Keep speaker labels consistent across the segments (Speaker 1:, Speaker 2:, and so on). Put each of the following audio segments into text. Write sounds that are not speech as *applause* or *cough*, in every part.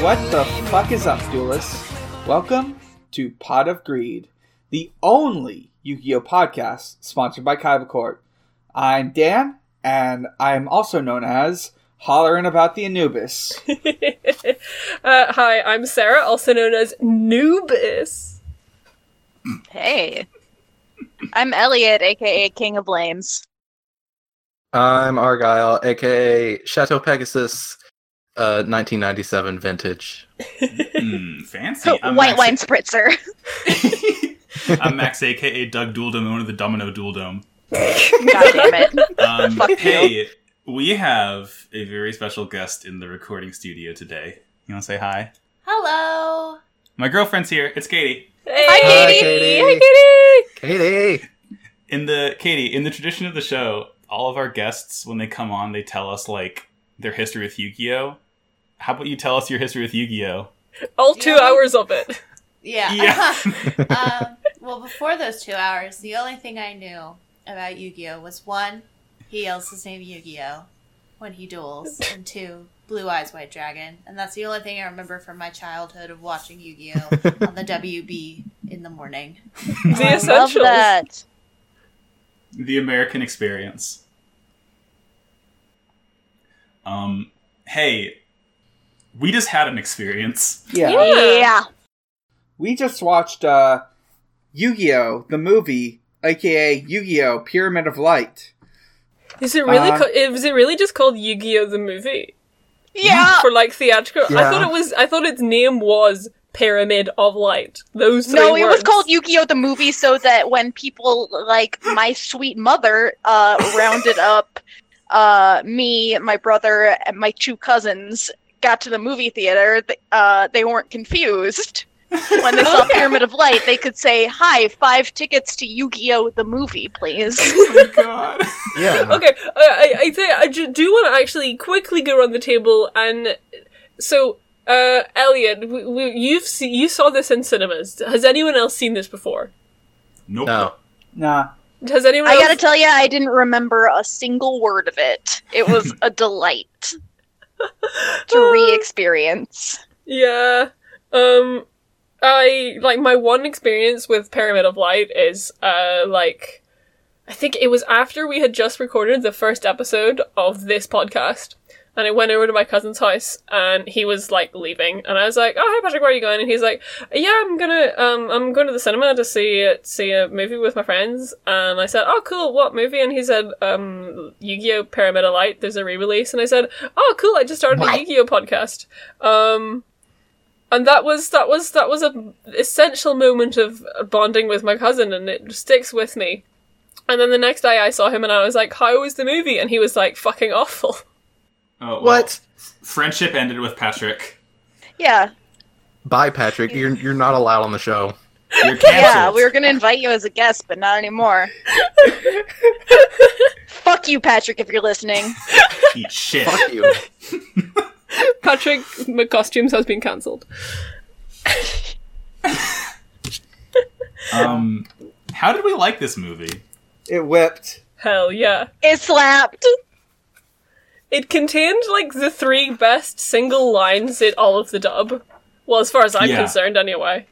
Speaker 1: What the fuck is up, duelists? Welcome to Pot of Greed, the only Yu-Gi-Oh podcast sponsored by Kaiba I'm Dan, and I'm also known as Hollering About the Anubis.
Speaker 2: *laughs* uh, hi, I'm Sarah, also known as Nubis.
Speaker 3: Hey. I'm Elliot, aka King of Lames.
Speaker 4: I'm Argyle, aka Chateau Pegasus, uh, 1997 vintage.
Speaker 5: Mm, fancy.
Speaker 3: Oh,
Speaker 5: I'm
Speaker 3: White
Speaker 5: Max-
Speaker 3: wine
Speaker 2: *laughs*
Speaker 3: spritzer.
Speaker 5: *laughs* I'm Max, aka Doug Dueldome, owner of the Domino
Speaker 3: *laughs*
Speaker 5: Dueldome.
Speaker 3: God damn it.
Speaker 5: Um,
Speaker 3: Fuck you.
Speaker 5: hey, we have a very special guest in the recording studio today. You want to say hi?
Speaker 6: Hello.
Speaker 5: My girlfriend's here. It's Katie.
Speaker 2: Hey.
Speaker 3: Hi, Katie.
Speaker 4: Katie.
Speaker 2: Hi, Katie.
Speaker 4: Katie!
Speaker 5: In the Katie, in the tradition of the show, all of our guests when they come on, they tell us like their history with Yu-Gi-Oh. How about you tell us your history with Yu-Gi-Oh?
Speaker 2: All two
Speaker 6: Yeah.
Speaker 2: hours of it.
Speaker 6: Yeah.
Speaker 5: Yeah.
Speaker 6: *laughs*
Speaker 4: *laughs*
Speaker 6: um, well, before those two hours, the only thing I knew about Yu Gi Oh was one, he yells his name Yu Gi Oh when
Speaker 4: *laughs*
Speaker 6: he duels, and two, Blue Eyes White Dragon. And that's the only thing I remember from my childhood of watching Yu Gi Oh
Speaker 4: *laughs*
Speaker 6: on the WB in the morning.
Speaker 2: The
Speaker 3: Love
Speaker 2: essentials.
Speaker 3: that.
Speaker 5: the American experience. Um, hey, we just had
Speaker 1: *laughs*
Speaker 5: an experience.
Speaker 1: Yeah.
Speaker 2: Yeah.
Speaker 3: Yeah.
Speaker 1: We just watched uh, Yu-Gi-Oh! the movie, aka Yu-Gi-Oh! Pyramid of Light.
Speaker 2: Is it really?
Speaker 1: Uh,
Speaker 2: co- is it really just called Yu-Gi-Oh the movie
Speaker 3: Yeah.
Speaker 2: for like theatrical? I
Speaker 4: Yeah.
Speaker 2: thought it was. I thought its name was Pyramid of Light. Those three
Speaker 3: No, it was
Speaker 2: words.
Speaker 3: called Yu-Gi-Oh! the movie so that when people like my sweet mother uh rounded up uh me, my brother, and my two cousins got to the movie theater, th- uh they weren't confused. When
Speaker 2: *laughs*
Speaker 3: they saw Pyramid of Light, they could say, Hi, five tickets to Yu-Gi-Oh! the movie, please.
Speaker 5: Oh my god.
Speaker 4: Yeah.
Speaker 2: Okay, uh, I, I think I ju- do want to actually quickly go around the table and so uh, Elliot, w- w- you've se- you saw this in cinemas. Has anyone else seen this before?
Speaker 4: *laughs*
Speaker 5: Nope.
Speaker 4: No.
Speaker 1: Nah.
Speaker 2: Has anyone?
Speaker 3: I
Speaker 2: else-
Speaker 3: gotta tell you, I didn't remember a single word of it. It was a delight to re-experience.
Speaker 2: Yeah. Um I like my one experience with Pyramid of Light is uh like I think it was after we had just recorded the first episode of this podcast and I went over to my cousin's house and he was like leaving and I was like, "Oh, hey Patrick, where are you going?" and he's like, "Yeah, I'm going to um I'm going to the cinema to see uh, see a movie with my friends." And I said, "Oh, cool. What movie?" and he said, "Um Yu-Gi-Oh! Pyramid of Light. There's a re-release." and I said, "Oh, cool. I just started a Yu-Gi-Oh! podcast." Um and that was that was that was a essential moment of bonding with my cousin and it sticks with me and then the next day i saw him and i was like how was the movie and he was like fucking awful *laughs*
Speaker 5: Oh, well,
Speaker 4: What?
Speaker 5: Friendship ended with Patrick.
Speaker 3: Yeah,
Speaker 4: Bye, Patrick. You're you're not allowed on the show.
Speaker 5: You're canceled.
Speaker 3: yeah, we were gonna invite you as a guest, but not anymore. Fuck you, Patrick, if you're listening.
Speaker 5: Eat shit.
Speaker 4: Fuck you.
Speaker 2: patrick mccostumes has been cancelled
Speaker 5: Um, how did we like this movie?
Speaker 1: It whipped.
Speaker 2: hell yeah
Speaker 3: It slapped.
Speaker 2: it contained like the three best single lines in all of the dub well as far as i'm
Speaker 5: Yeah.
Speaker 2: concerned anyway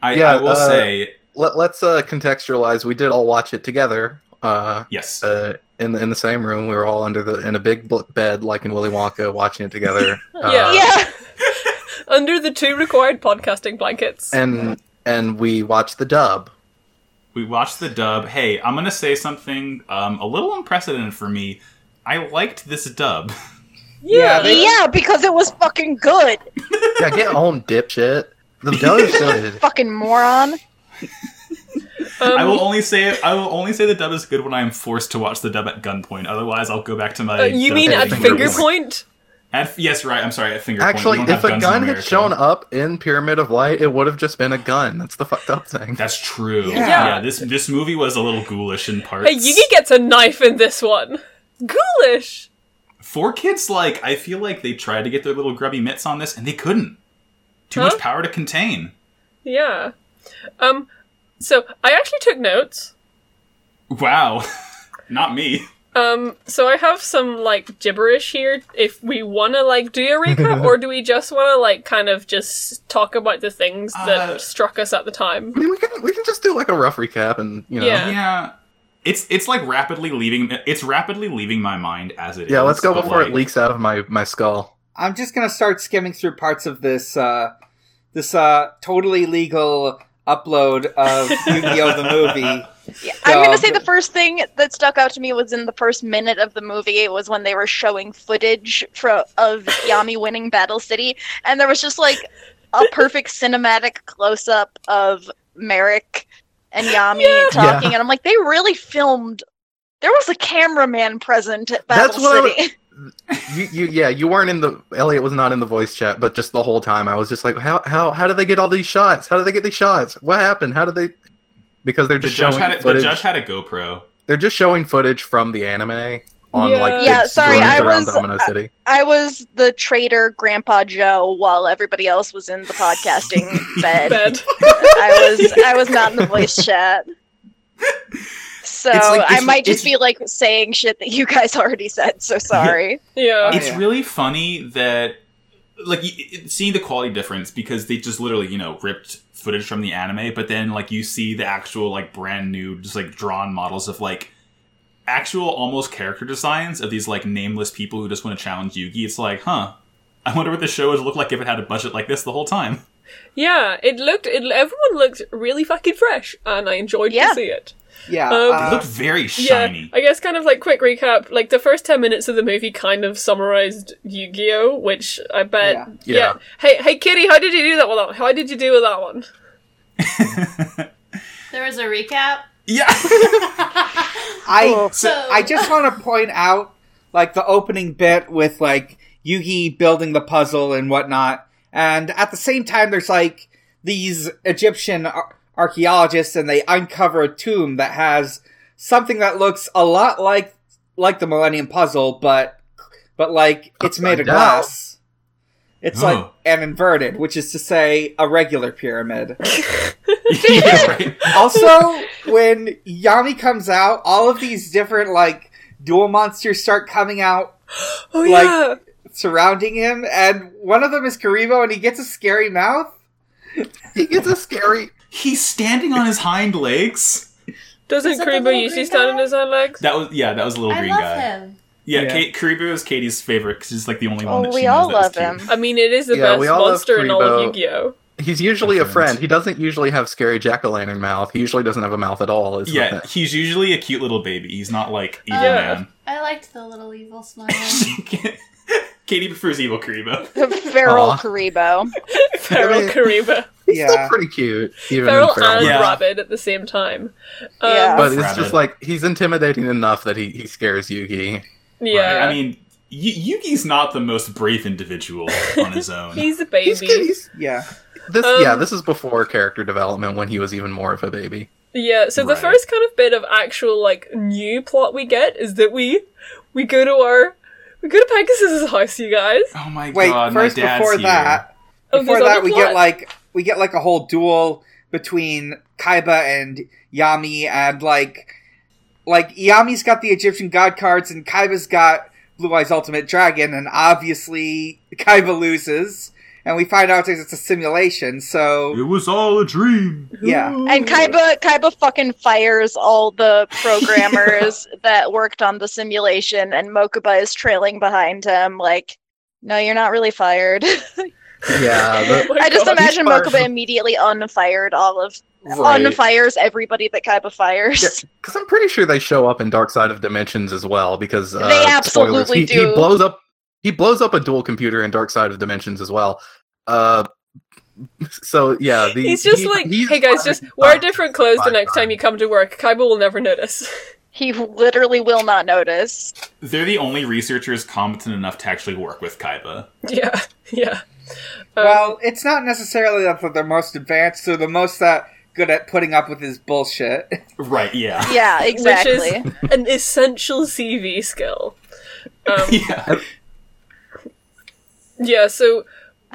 Speaker 5: I,
Speaker 4: Yeah,
Speaker 5: I will
Speaker 4: uh,
Speaker 5: say
Speaker 4: Let, let's uh, contextualize. We did all watch it together. Uh,
Speaker 5: yes.
Speaker 4: uh, in the in the same room. We were all under the in a big bl- bed, like in Willy Wonka, watching it together. Uh,
Speaker 2: Yeah.
Speaker 3: yeah,
Speaker 2: under the two required podcasting blankets
Speaker 4: And and we watched the dub.
Speaker 5: we watched the dub. Hey, I'm gonna say something um, a little unprecedented for me. I liked this dub.
Speaker 1: Yeah,
Speaker 2: yeah,
Speaker 1: they-
Speaker 3: yeah, because it was fucking good.
Speaker 4: Yeah, get home, dipshit. The dub is so good.
Speaker 3: Fucking moron.
Speaker 2: um,
Speaker 5: I will only say it. I will only say the dub is good when I am forced to watch the dub at gunpoint. Otherwise, I'll go back to my.
Speaker 2: uh, you
Speaker 5: dub
Speaker 2: mean at
Speaker 4: at
Speaker 2: finger
Speaker 4: finger
Speaker 2: point
Speaker 5: point. At, yes, right. I'm sorry. At finger
Speaker 4: Actually,
Speaker 5: point. We don't
Speaker 4: if
Speaker 5: have
Speaker 4: a
Speaker 5: guns
Speaker 4: gun
Speaker 5: in
Speaker 4: had
Speaker 5: America.
Speaker 4: shown up in Pyramid of Light, it would have just been a gun. That's the fucked up thing.
Speaker 5: that's true.
Speaker 1: Yeah.
Speaker 2: Yeah.
Speaker 5: this this movie was a little ghoulish in parts.
Speaker 2: hey yugi gets a knife in this one ghoulish
Speaker 5: Four kids, like I feel like they tried to get their little grubby mitts on this, and they couldn't. Too
Speaker 2: Huh?
Speaker 5: much power to contain.
Speaker 2: Yeah. Um so I actually took notes.
Speaker 5: Wow, *laughs* not me.
Speaker 2: Um, so I have some like gibberish here. If we want to like do a recap, or do we just want to like kind of just talk about the things that
Speaker 5: Uh,
Speaker 2: struck us at the time?
Speaker 4: I mean, we can we can just do like a rough recap, and you know,
Speaker 2: Yeah.
Speaker 4: yeah,
Speaker 5: Yeah. It's it's like rapidly leaving it's rapidly leaving my mind as it is.
Speaker 4: let's go
Speaker 5: but,
Speaker 4: before
Speaker 5: like,
Speaker 4: it leaks out of my my skull.
Speaker 1: I'm just gonna start skimming through parts of this uh, this uh, totally legal upload of Yu-Gi-Oh the movie.
Speaker 3: Yeah, I'm gonna
Speaker 1: Um,
Speaker 3: say the first thing that stuck out to me was in the first minute of the movie. It was when they were showing footage from of Yami winning Battle City, and there was just like a perfect cinematic close up of Merrick and Yami
Speaker 2: Yeah.
Speaker 3: talking, and I'm like, they really filmed. There was a cameraman present at Battle
Speaker 4: That's what I was-
Speaker 3: City. *laughs*
Speaker 4: You, you yeah, you weren't in the Elliot was not in the voice chat, but just the whole time I was just like, how how how did they get all these shots? How did they get these shots? What happened? How did they? Because they're
Speaker 5: the
Speaker 4: just
Speaker 5: judge
Speaker 4: showing
Speaker 5: had a, the
Speaker 4: footage.
Speaker 5: judge had a GoPro.
Speaker 4: They're just showing footage from the anime on
Speaker 2: Yeah.
Speaker 4: like
Speaker 2: Yeah,
Speaker 4: big
Speaker 3: sorry,
Speaker 4: screens
Speaker 3: I
Speaker 4: around
Speaker 3: was- uh,
Speaker 4: Domino City.
Speaker 3: I was the traitor Grandpa Joe while everybody else was in the podcasting bed.
Speaker 5: *laughs*
Speaker 2: Bed.
Speaker 3: I was I was not in the voice chat. So
Speaker 5: It's like-
Speaker 3: I
Speaker 5: it's-
Speaker 3: might just
Speaker 5: it's-
Speaker 3: be like saying shit that you guys *laughs* already said. So sorry.
Speaker 2: Yeah.
Speaker 1: Oh,
Speaker 5: it's
Speaker 1: yeah.
Speaker 5: really funny that like y- it- seeing the quality difference because they just literally you know ripped footage from the anime but then like you see the actual like brand new just like drawn models of like actual almost character designs of these like nameless people who just want to challenge yugi it's like huh i wonder what the show would look like if it had a budget like this the whole time
Speaker 2: Yeah. It looked. It, everyone looked really fucking fresh, and I enjoyed
Speaker 3: Yeah.
Speaker 2: to see it.
Speaker 1: Yeah,
Speaker 2: Um,
Speaker 5: it
Speaker 1: uh,
Speaker 5: looked very
Speaker 2: *laughs*
Speaker 5: shiny *laughs*
Speaker 2: Yeah, I guess kind of like quick recap. Like the first ten minutes of the movie kind of summarized Yu-Gi-Oh, which I bet.
Speaker 1: Yeah.
Speaker 4: Yeah.
Speaker 2: Hey, hey, Kitty, how did you do that one? How did you do with that one?
Speaker 6: There was a recap.
Speaker 5: yeah.
Speaker 1: I
Speaker 6: So
Speaker 1: I just want to point out like the opening bit with like Yugi building the puzzle and whatnot, and at the same time, there's like these Egyptian ar- archaeologists, and they uncover a tomb that has something that looks a lot like like the Millennium Puzzle, but but like it's made of
Speaker 4: Upside down.
Speaker 1: glass. It's like
Speaker 5: Oh.
Speaker 1: an inverted, which is to say, a regular pyramid.
Speaker 5: Yeah, right.
Speaker 1: also, when Yami comes out, all of these different like dual monsters start coming out
Speaker 2: Oh
Speaker 1: Like-
Speaker 2: yeah,
Speaker 1: surrounding him, and one of them is Karibo, and he gets a scary mouth.
Speaker 4: He gets a scary.
Speaker 5: he's standing on his hind legs
Speaker 2: doesn't
Speaker 6: Is that the little
Speaker 2: Kuribo usually
Speaker 6: green
Speaker 2: stand on
Speaker 6: guy?
Speaker 2: his own legs?
Speaker 5: that was yeah that was a little
Speaker 6: I
Speaker 5: green
Speaker 6: love
Speaker 5: guy
Speaker 6: him.
Speaker 5: Yeah,
Speaker 1: Yeah.
Speaker 5: Kate, Kuribu is Katie's favorite because he's like the only one.
Speaker 3: Oh,
Speaker 5: that
Speaker 3: we
Speaker 5: she
Speaker 3: all
Speaker 5: knows
Speaker 3: love
Speaker 5: that's
Speaker 3: him.
Speaker 5: cute.
Speaker 2: I mean, it is the
Speaker 4: Yeah,
Speaker 2: best
Speaker 4: we all love
Speaker 2: monster in all of
Speaker 4: Kuribo. *laughs*
Speaker 2: Yu-Gi-oh.
Speaker 4: He's usually a
Speaker 5: Different.
Speaker 4: friend. He doesn't usually have scary jack o' lantern mouth. He usually doesn't have a mouth at all. Is the
Speaker 5: *laughs* Yeah,
Speaker 4: thing.
Speaker 5: he's usually a cute little baby. He's not like evil
Speaker 2: Yeah.
Speaker 6: I liked the little
Speaker 4: *laughs*
Speaker 6: evil smile.
Speaker 5: man. *laughs* Katie prefers evil Kuribo.
Speaker 3: The *laughs* feral
Speaker 4: Aw.
Speaker 3: Karibo.
Speaker 2: Feral
Speaker 4: mean-
Speaker 2: Kuribo,
Speaker 4: he's
Speaker 1: Yeah.
Speaker 4: still pretty cute. Even
Speaker 2: feral
Speaker 4: in feral.
Speaker 2: and
Speaker 5: Yeah.
Speaker 2: rabid at the same time. Um,
Speaker 3: Yeah.
Speaker 4: But it's
Speaker 5: Rabbit.
Speaker 4: just like he's intimidating enough that he, he scares Yugi.
Speaker 2: yeah.
Speaker 5: Right? I mean, y- Yugi's not the most brave individual
Speaker 1: *laughs*
Speaker 5: on his own.
Speaker 2: he's a
Speaker 4: He's,
Speaker 2: baby.
Speaker 4: he's
Speaker 1: Yeah,
Speaker 4: this
Speaker 2: Um,
Speaker 4: yeah. This is before character development when he was even more of a baby.
Speaker 2: Yeah, so the
Speaker 5: Right.
Speaker 2: first kind of bit of actual like new plot we get is that we we go to our we go to Pegasus's house, you guys.
Speaker 5: oh my
Speaker 1: wait.
Speaker 5: god,
Speaker 1: first,
Speaker 5: my dad's
Speaker 1: before
Speaker 5: here.
Speaker 1: that,
Speaker 2: Oh,
Speaker 1: before
Speaker 2: there's
Speaker 1: that,
Speaker 2: other
Speaker 1: we
Speaker 2: plot.
Speaker 1: get like we get like a whole duel between Kaiba and Yami, and like like Yami's got the Egyptian god cards, and Kaiba's got Blue Eyes Ultimate Dragon, and obviously Kaiba loses. And we find out that it's a simulation, so
Speaker 5: was all a dream.
Speaker 1: yeah,
Speaker 3: And Kaiba Kaiba fucking fires all the programmers that worked on the simulation and Mokuba is trailing behind him like no, you're not really fired.
Speaker 4: *laughs* Yeah, the-
Speaker 2: Oh my
Speaker 3: *laughs* I just
Speaker 2: God.
Speaker 3: imagine
Speaker 4: He's fired
Speaker 3: Mokuba
Speaker 4: from-
Speaker 3: immediately unfired all of
Speaker 2: Oh,
Speaker 4: right.
Speaker 3: unfires everybody that Kaiba fires.
Speaker 4: Yeah. Because I'm pretty sure they show up in Dark Side of Dimensions as well. Because uh,
Speaker 3: They
Speaker 4: spoilers,
Speaker 3: absolutely
Speaker 4: he, he
Speaker 3: do.
Speaker 4: blows up. He blows up a dual computer in Dark Side of Dimensions as well. Uh, so yeah, the,
Speaker 2: He's just
Speaker 4: he-
Speaker 2: like,
Speaker 4: he's
Speaker 2: hey guys,
Speaker 4: fired
Speaker 2: just wear
Speaker 4: five
Speaker 2: different clothes the
Speaker 4: five
Speaker 2: next time you come to work. Kaiba will never notice. *laughs*
Speaker 3: He literally will not notice.
Speaker 5: They're the only researchers competent enough to actually work with Kaiba.
Speaker 2: yeah, yeah. Um,
Speaker 1: Well, it's not necessarily that they're most advanced, they're the most that good at putting up with his bullshit. *laughs*
Speaker 5: Right? *laughs* Yeah.
Speaker 3: Yeah, exactly.
Speaker 2: *laughs* an essential CV skill. Um,
Speaker 5: yeah.
Speaker 2: yeah, so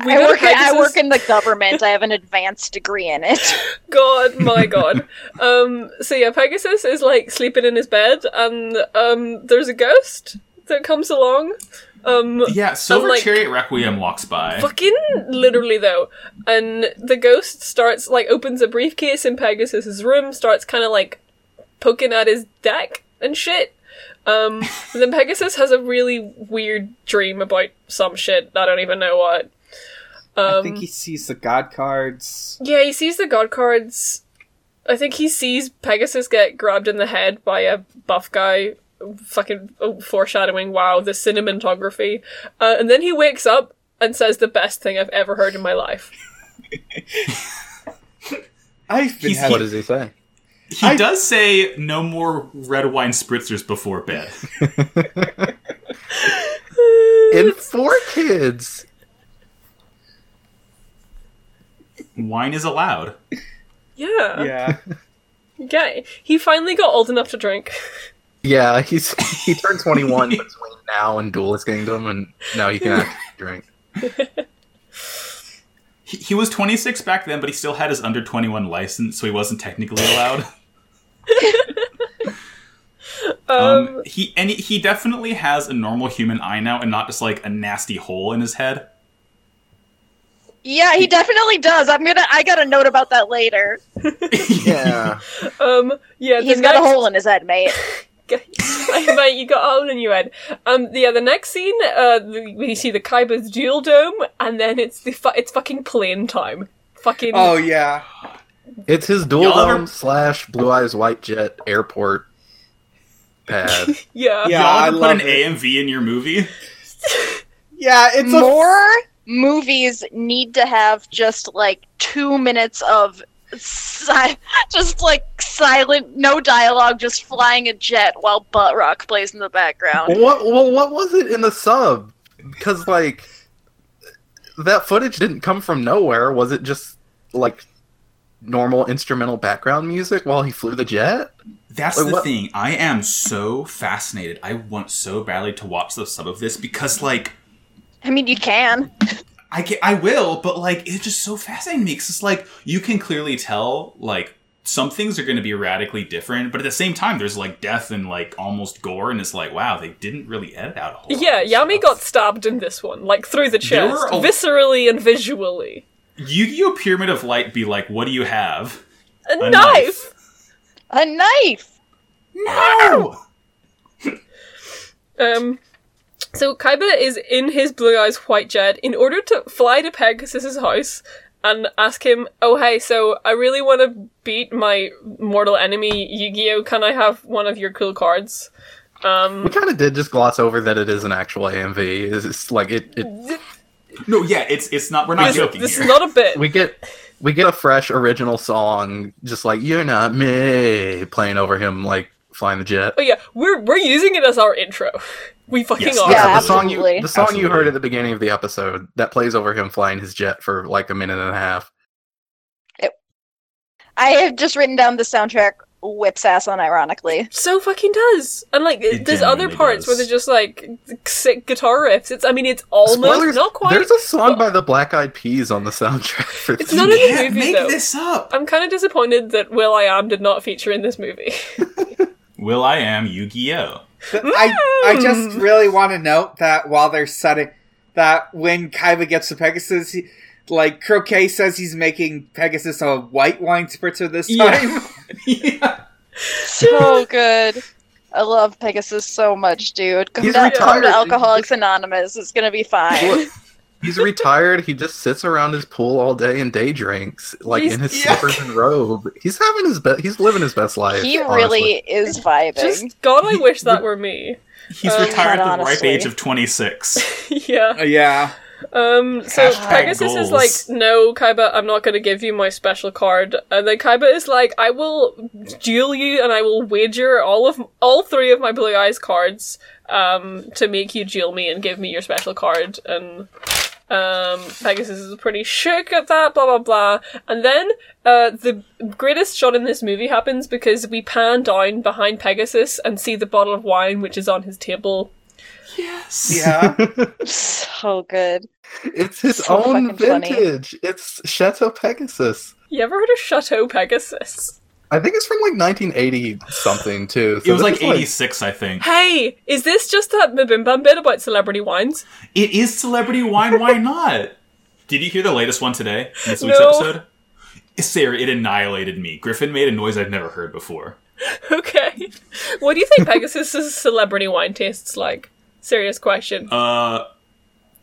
Speaker 2: We
Speaker 3: I
Speaker 2: go to
Speaker 3: work. In, I
Speaker 2: Pegasus-
Speaker 3: work in the government. I have an advanced degree in it.
Speaker 2: God, my God. Um, so yeah, Pegasus is like sleeping in his bed, and um, there's a ghost that comes along. Um,
Speaker 5: *laughs* Yeah, Silver
Speaker 2: like-
Speaker 5: Chariot Requiem walks by.
Speaker 2: fucking literally though, and the ghost starts like opens a briefcase in Pegasus's room, starts kind of like poking at his deck and shit.
Speaker 3: *laughs*
Speaker 2: Um, and then Pegasus has a really weird dream about some shit. I don't even know what. Um,
Speaker 1: I think he sees the god cards.
Speaker 2: Yeah, he sees the god cards. I think he sees Pegasus get grabbed in the head by a buff guy. Fucking oh, foreshadowing. Wow, the cinematography. Uh, and then he wakes up and says the best thing I've ever heard in my life.
Speaker 1: I've been
Speaker 5: He's-
Speaker 1: having
Speaker 4: What does he say?
Speaker 5: He
Speaker 1: I-
Speaker 5: does say no more red wine spritzers
Speaker 1: *laughs*
Speaker 5: before bed.
Speaker 4: In four kids.
Speaker 5: wine is allowed.
Speaker 2: *laughs* yeah. *laughs*
Speaker 1: yeah.
Speaker 2: Yeah, He finally got old enough to drink.
Speaker 4: Yeah, he's he turned twenty one between now and Duelist Kingdom, and now he can actually drink.
Speaker 5: He, he was 26 back then, but he still had his under 21 license, so he wasn't technically
Speaker 1: *laughs*
Speaker 5: allowed.
Speaker 2: Um,
Speaker 5: Um, he and he- he definitely has a normal human eye now, and not just like a nasty hole in his head.
Speaker 3: *laughs* Yeah, he definitely does. I'm gonna. I got a note about that later.
Speaker 4: Yeah,
Speaker 2: um, yeah. the
Speaker 3: He's got a
Speaker 2: next- *laughs*
Speaker 3: hole in his head, mate.
Speaker 2: I bet you got all in your head. Um, yeah, the next scene, uh, the, we see the Kyber's dual dome, and then it's the fu- it's fucking plane time. Fucking
Speaker 1: Oh yeah.
Speaker 4: it's his dual
Speaker 5: Y'all ever-
Speaker 4: dome slash blue eyes white jet airport
Speaker 5: *laughs*
Speaker 4: pad.
Speaker 2: yeah.
Speaker 1: Yeah.
Speaker 5: Y'all
Speaker 1: I
Speaker 5: ever put
Speaker 1: love
Speaker 5: an
Speaker 1: it.
Speaker 5: AMV in your movie?
Speaker 1: Yeah, it's a
Speaker 3: More movies need to have just like two minutes of. Si- *laughs* just like silent, no dialogue, just flying a jet while butt rock plays in the background.
Speaker 2: *laughs*
Speaker 4: what? Well, what was it in the sub? Because like that footage didn't come from nowhere. Was it just like normal instrumental background music while he flew the jet?
Speaker 5: That's
Speaker 4: Like,
Speaker 5: the
Speaker 4: what-
Speaker 5: thing. I am so fascinated. I want so badly to watch the sub of this because, like,
Speaker 3: I mean, you can.
Speaker 5: I ca I will, but like, it's just so fascinating to me. 'cause it's like you can clearly tell, like, some things are going to be radically different, but at the same time, there's like death and like almost gore, and it's like, wow, they didn't really edit out. A whole lot
Speaker 2: Yeah,
Speaker 5: of
Speaker 2: Yami
Speaker 5: stuff.
Speaker 2: got stabbed in this one, like through the
Speaker 5: There
Speaker 2: chest,
Speaker 5: were a-
Speaker 2: viscerally and visually.
Speaker 5: Yu-Gi-Oh! Pyramid of Light. Be like, what do you have?
Speaker 2: A,
Speaker 5: A
Speaker 2: knife.
Speaker 3: A knife!
Speaker 5: No.
Speaker 2: Um, so Kaiba is in his blue eyes white jet in order to fly to Pegasus's house and ask him, "Oh hey, so I really want to beat my mortal enemy Yu-Gi-Oh. Can I have one of your cool cards?"
Speaker 4: We
Speaker 2: Um,
Speaker 4: kind of did just gloss over that it is an actual AMV. It's just, like it, it
Speaker 5: No, yeah, it's it's not. We're not
Speaker 2: this,
Speaker 5: joking
Speaker 2: this
Speaker 5: here.
Speaker 2: is not a bit.
Speaker 4: we get we get a fresh original song just like you're not me playing over him like flying the jet
Speaker 2: Oh yeah, we're we're using it as our intro. *laughs* We fucking
Speaker 5: Yes.
Speaker 2: are.
Speaker 3: Oh, Yeah,
Speaker 4: the song you
Speaker 3: absolutely.
Speaker 4: the song you heard
Speaker 5: Absolutely.
Speaker 4: at the beginning of the episode that plays over him flying his jet for like a minute and a half
Speaker 3: I have just written down the soundtrack whips ass on ironically.
Speaker 2: so fucking does. And like,
Speaker 5: It
Speaker 2: there's other
Speaker 5: genuinely
Speaker 2: parts
Speaker 5: does.
Speaker 2: where there's just like sick guitar riffs. It's, I mean, it's almost
Speaker 4: Spoilers,
Speaker 2: not quite.
Speaker 4: there's a song by the black eyed peas on the soundtrack for
Speaker 2: It's
Speaker 4: this.
Speaker 2: not
Speaker 5: you
Speaker 2: in the
Speaker 5: can't
Speaker 2: movie,
Speaker 5: make
Speaker 2: though. Uh,
Speaker 5: this up.
Speaker 2: I'm kind of disappointed that Will I Am did not feature in this movie.
Speaker 5: Will I am Yu-Gi-Oh.
Speaker 1: But I, I just
Speaker 2: Mm.
Speaker 1: really want to note that while they're setting that when Kaiba gets to Pegasus, he, like Croquet says he's making Pegasus a white wine spritzer this time.
Speaker 2: Yeah.
Speaker 5: yeah.
Speaker 3: *laughs* So Oh, good. I love Pegasus so much, dude. Come,
Speaker 4: He's
Speaker 3: back, come
Speaker 4: retired.
Speaker 3: to Alcoholics Anonymous. It's gonna be *laughs* fine.
Speaker 4: Look, he's retired he just sits around his pool all day and day drinks like
Speaker 2: He's-
Speaker 3: *laughs*
Speaker 4: in his
Speaker 1: yeah.
Speaker 4: slippers and robe he's having his best he's living his best life
Speaker 3: He
Speaker 4: honestly.
Speaker 3: really is
Speaker 2: *laughs*
Speaker 3: vibing. *laughs*
Speaker 2: Just God, I wish that were me. *laughs*
Speaker 5: He's
Speaker 2: Um,
Speaker 5: retired at the ripe
Speaker 3: honestly.
Speaker 5: age
Speaker 2: *laughs*
Speaker 5: of 26.
Speaker 2: yeah.
Speaker 1: Uh, yeah.
Speaker 2: Um. So
Speaker 5: Hashtag
Speaker 2: Pegasus is
Speaker 5: goals.
Speaker 2: like, "No, Kaiba, I'm not going to give you my special card." And then Kaiba is like, "I will duel you, and I will wager all of all three of my Blue Eyes cards, um, to make you duel me and give me your special card." And um, Pegasus is pretty shook at that, blah blah blah. And then uh, the greatest shot in this movie happens because we pan down behind Pegasus and see the bottle of wine which is on his table.
Speaker 5: Yes.
Speaker 1: Yeah.
Speaker 3: So good.
Speaker 4: It's his
Speaker 3: So
Speaker 4: own
Speaker 3: fucking funny.
Speaker 4: vintage. It's Chateau Pegasus.
Speaker 2: You ever heard of Chateau Pegasus?
Speaker 4: I think it's from like 1980 something too.
Speaker 5: It
Speaker 4: this
Speaker 5: was like
Speaker 4: is,
Speaker 5: 86, I think.
Speaker 2: Hey, is this just that Mabim Bam bit about celebrity wines? *laughs*
Speaker 5: It is celebrity wine. Why not? Did you hear the latest one today in this week's
Speaker 2: No.
Speaker 5: episode? Sarah, it annihilated me. Griffin made a noise I've never heard before.
Speaker 2: Okay. What do you think Pegasus's celebrity wine tastes like? Serious question.
Speaker 5: Uh,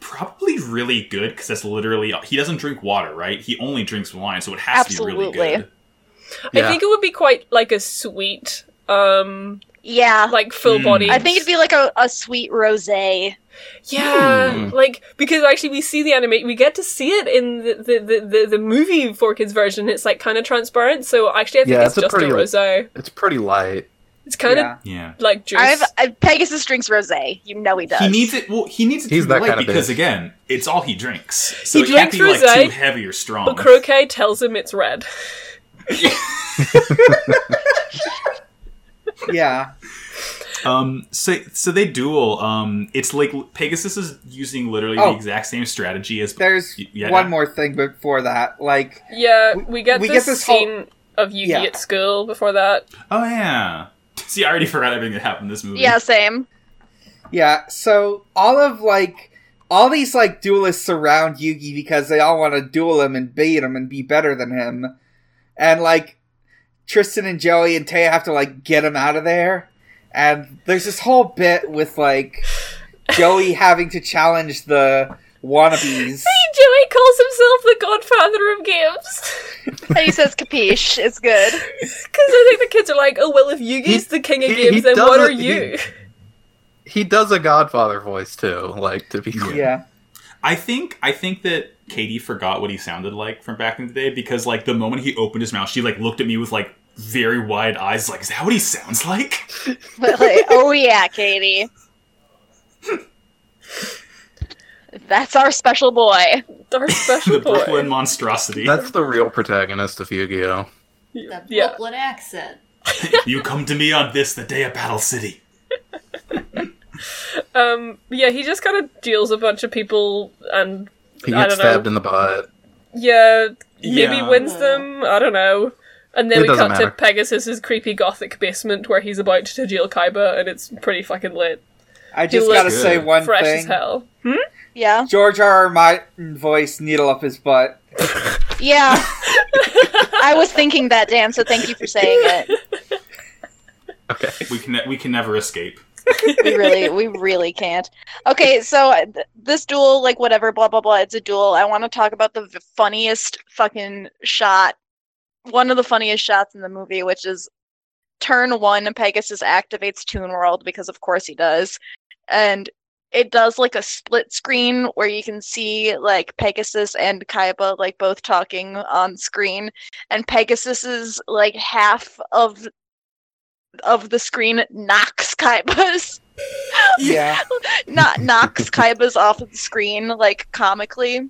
Speaker 5: probably really good because that's literally he doesn't drink water, right? He only drinks wine, so it has to be really
Speaker 3: Absolutely.
Speaker 5: good.
Speaker 2: I
Speaker 4: yeah.
Speaker 2: think it would be quite like a sweet, um,
Speaker 3: Yeah.
Speaker 2: like full
Speaker 5: Mm.
Speaker 2: body.
Speaker 3: I think it'd be like a, a sweet rose.
Speaker 2: Yeah,
Speaker 4: Hmm.
Speaker 2: like because actually we see the anime, we get to see it in the the, the, the, the movie for kids version. It's like kind of transparent, so actually I think
Speaker 4: Yeah,
Speaker 2: it's,
Speaker 4: it's a
Speaker 2: just a
Speaker 4: pretty, like-
Speaker 2: rosé.
Speaker 4: It's pretty light.
Speaker 2: It's kind of
Speaker 1: Yeah.
Speaker 5: Yeah.
Speaker 2: like juice.
Speaker 3: I've, I, Pegasus drinks rose. You know he does.
Speaker 5: He needs it. Well, he needs it
Speaker 4: He's
Speaker 5: to be
Speaker 4: that
Speaker 5: light
Speaker 4: kind of
Speaker 5: because,
Speaker 4: bitch.
Speaker 5: again, it's all he drinks. So it
Speaker 2: drinks
Speaker 5: can't be like
Speaker 2: rosé,
Speaker 5: too heavy or strong.
Speaker 2: but croquet tells him it's red.
Speaker 1: Yeah.
Speaker 5: Um, so so they duel. Um, it's like Pegasus is using literally
Speaker 1: Oh.
Speaker 5: the exact same strategy as.
Speaker 1: There's
Speaker 5: Y- yeah,
Speaker 1: one
Speaker 5: yeah.
Speaker 1: more thing before that. Like,
Speaker 2: Yeah,
Speaker 1: We-
Speaker 2: we, get,
Speaker 1: we get
Speaker 2: this
Speaker 1: this whole-
Speaker 2: scene of Yugi
Speaker 1: Yeah.
Speaker 2: at school before that.
Speaker 5: oh yeah. *laughs* See, I already forgot everything that happened in this movie.
Speaker 3: yeah, same.
Speaker 1: yeah. So all of like all these like duelists surround Yugi because they all want to duel him and beat him and be better than him, and like Tristan and Joey and Taya have to like get him out of there. And there's this whole bit with like
Speaker 2: *laughs*
Speaker 1: Joey having to challenge the wannabes.
Speaker 2: Joey calls himself the godfather of games *laughs*
Speaker 3: And he says *laughs* capiche. It's good.
Speaker 2: because I think the kids are like, "Oh well, if Yugi's the king of
Speaker 4: he-
Speaker 2: games,
Speaker 4: he
Speaker 2: then what
Speaker 4: does
Speaker 2: are
Speaker 4: it- *laughs*
Speaker 2: you?" *laughs*
Speaker 4: He does a Godfather voice too. Like to be clear.
Speaker 1: Yeah.
Speaker 5: I think I think that Katie forgot what he sounded like from back in the day because like the moment he opened his mouth, she like looked at me with like very wide eyes, like, is that what he sounds like? *laughs*
Speaker 3: But like, oh yeah,
Speaker 4: *laughs*
Speaker 3: Katie. That's our special boy.
Speaker 2: Our
Speaker 5: the
Speaker 2: special *laughs*
Speaker 5: Brooklyn
Speaker 2: boy.
Speaker 5: monstrosity.
Speaker 4: That's the real protagonist of Yu-Gi-Oh.
Speaker 6: The
Speaker 2: Yeah.
Speaker 6: Brooklyn accent.
Speaker 5: *laughs* you come to me on this, the day of Battle City.
Speaker 2: Um, yeah, he just kind of deals a bunch of people and
Speaker 4: He
Speaker 2: I
Speaker 4: gets
Speaker 2: don't know.
Speaker 4: stabbed in the butt.
Speaker 2: Yeah, maybe
Speaker 5: Yeah.
Speaker 2: wins them. I don't know. And then
Speaker 4: It
Speaker 2: we cut
Speaker 4: doesn't
Speaker 2: to
Speaker 4: matter.
Speaker 2: Pegasus's creepy gothic basement where he's about to jail Kaiba, and it's pretty fucking lit,
Speaker 1: I
Speaker 2: He
Speaker 1: just
Speaker 2: looks
Speaker 1: gotta say
Speaker 5: good.
Speaker 1: one
Speaker 2: fresh
Speaker 1: thing.
Speaker 2: as hell. Hmm?
Speaker 3: Yeah.
Speaker 1: George R. R. Martin voice needle up his
Speaker 2: *laughs*
Speaker 1: butt.
Speaker 3: Yeah. *laughs* I was thinking that, Dan, so thank you for saying it.
Speaker 4: Okay.
Speaker 5: We can we can never escape.
Speaker 3: We really we really can't. Okay, so uh, th- this duel like whatever blah blah blah, it's a duel. I want to talk about the v- funniest fucking shot. One of the funniest shots in the movie, which is turn 1 Pegasus activates Toon World because of course he does. And it does like a split screen where you can see like Pegasus and Kaiba like both talking on screen and Pegasus's like half of of the screen knocks Kaiba's
Speaker 1: Yeah.
Speaker 3: not knocks Kaiba's off of the screen like
Speaker 1: *laughs*
Speaker 3: comically.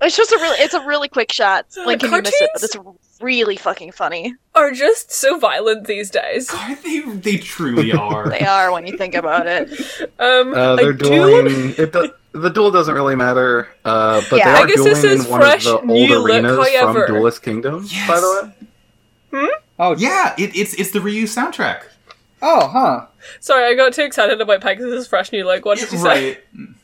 Speaker 3: It's just a really it's a really quick shot.
Speaker 2: Uh,
Speaker 3: Blink and you miss it, but it's
Speaker 2: cartoons?
Speaker 3: really fucking funny.
Speaker 2: Are just so violent these days.
Speaker 5: God, they they
Speaker 2: *laughs*
Speaker 5: truly are.
Speaker 3: They are when you think about
Speaker 4: *laughs*
Speaker 3: it.
Speaker 2: Um,
Speaker 4: Uh,
Speaker 2: I
Speaker 4: they're
Speaker 2: do.
Speaker 4: dueling. It do- the duel doesn't really matter, uh, but
Speaker 3: Yeah.
Speaker 4: they are
Speaker 2: Pegasus
Speaker 4: dueling
Speaker 2: is
Speaker 4: in one
Speaker 2: fresh,
Speaker 4: of the old
Speaker 2: new look,
Speaker 4: arenas
Speaker 2: however.
Speaker 4: from Duelist Kingdom. By
Speaker 5: Yes.
Speaker 4: the way,
Speaker 1: Oh
Speaker 5: Yeah, it, it's it's the Ryu soundtrack.
Speaker 1: Oh, huh.
Speaker 2: Sorry, I got too excited about Pegasus's fresh new look. What did you say?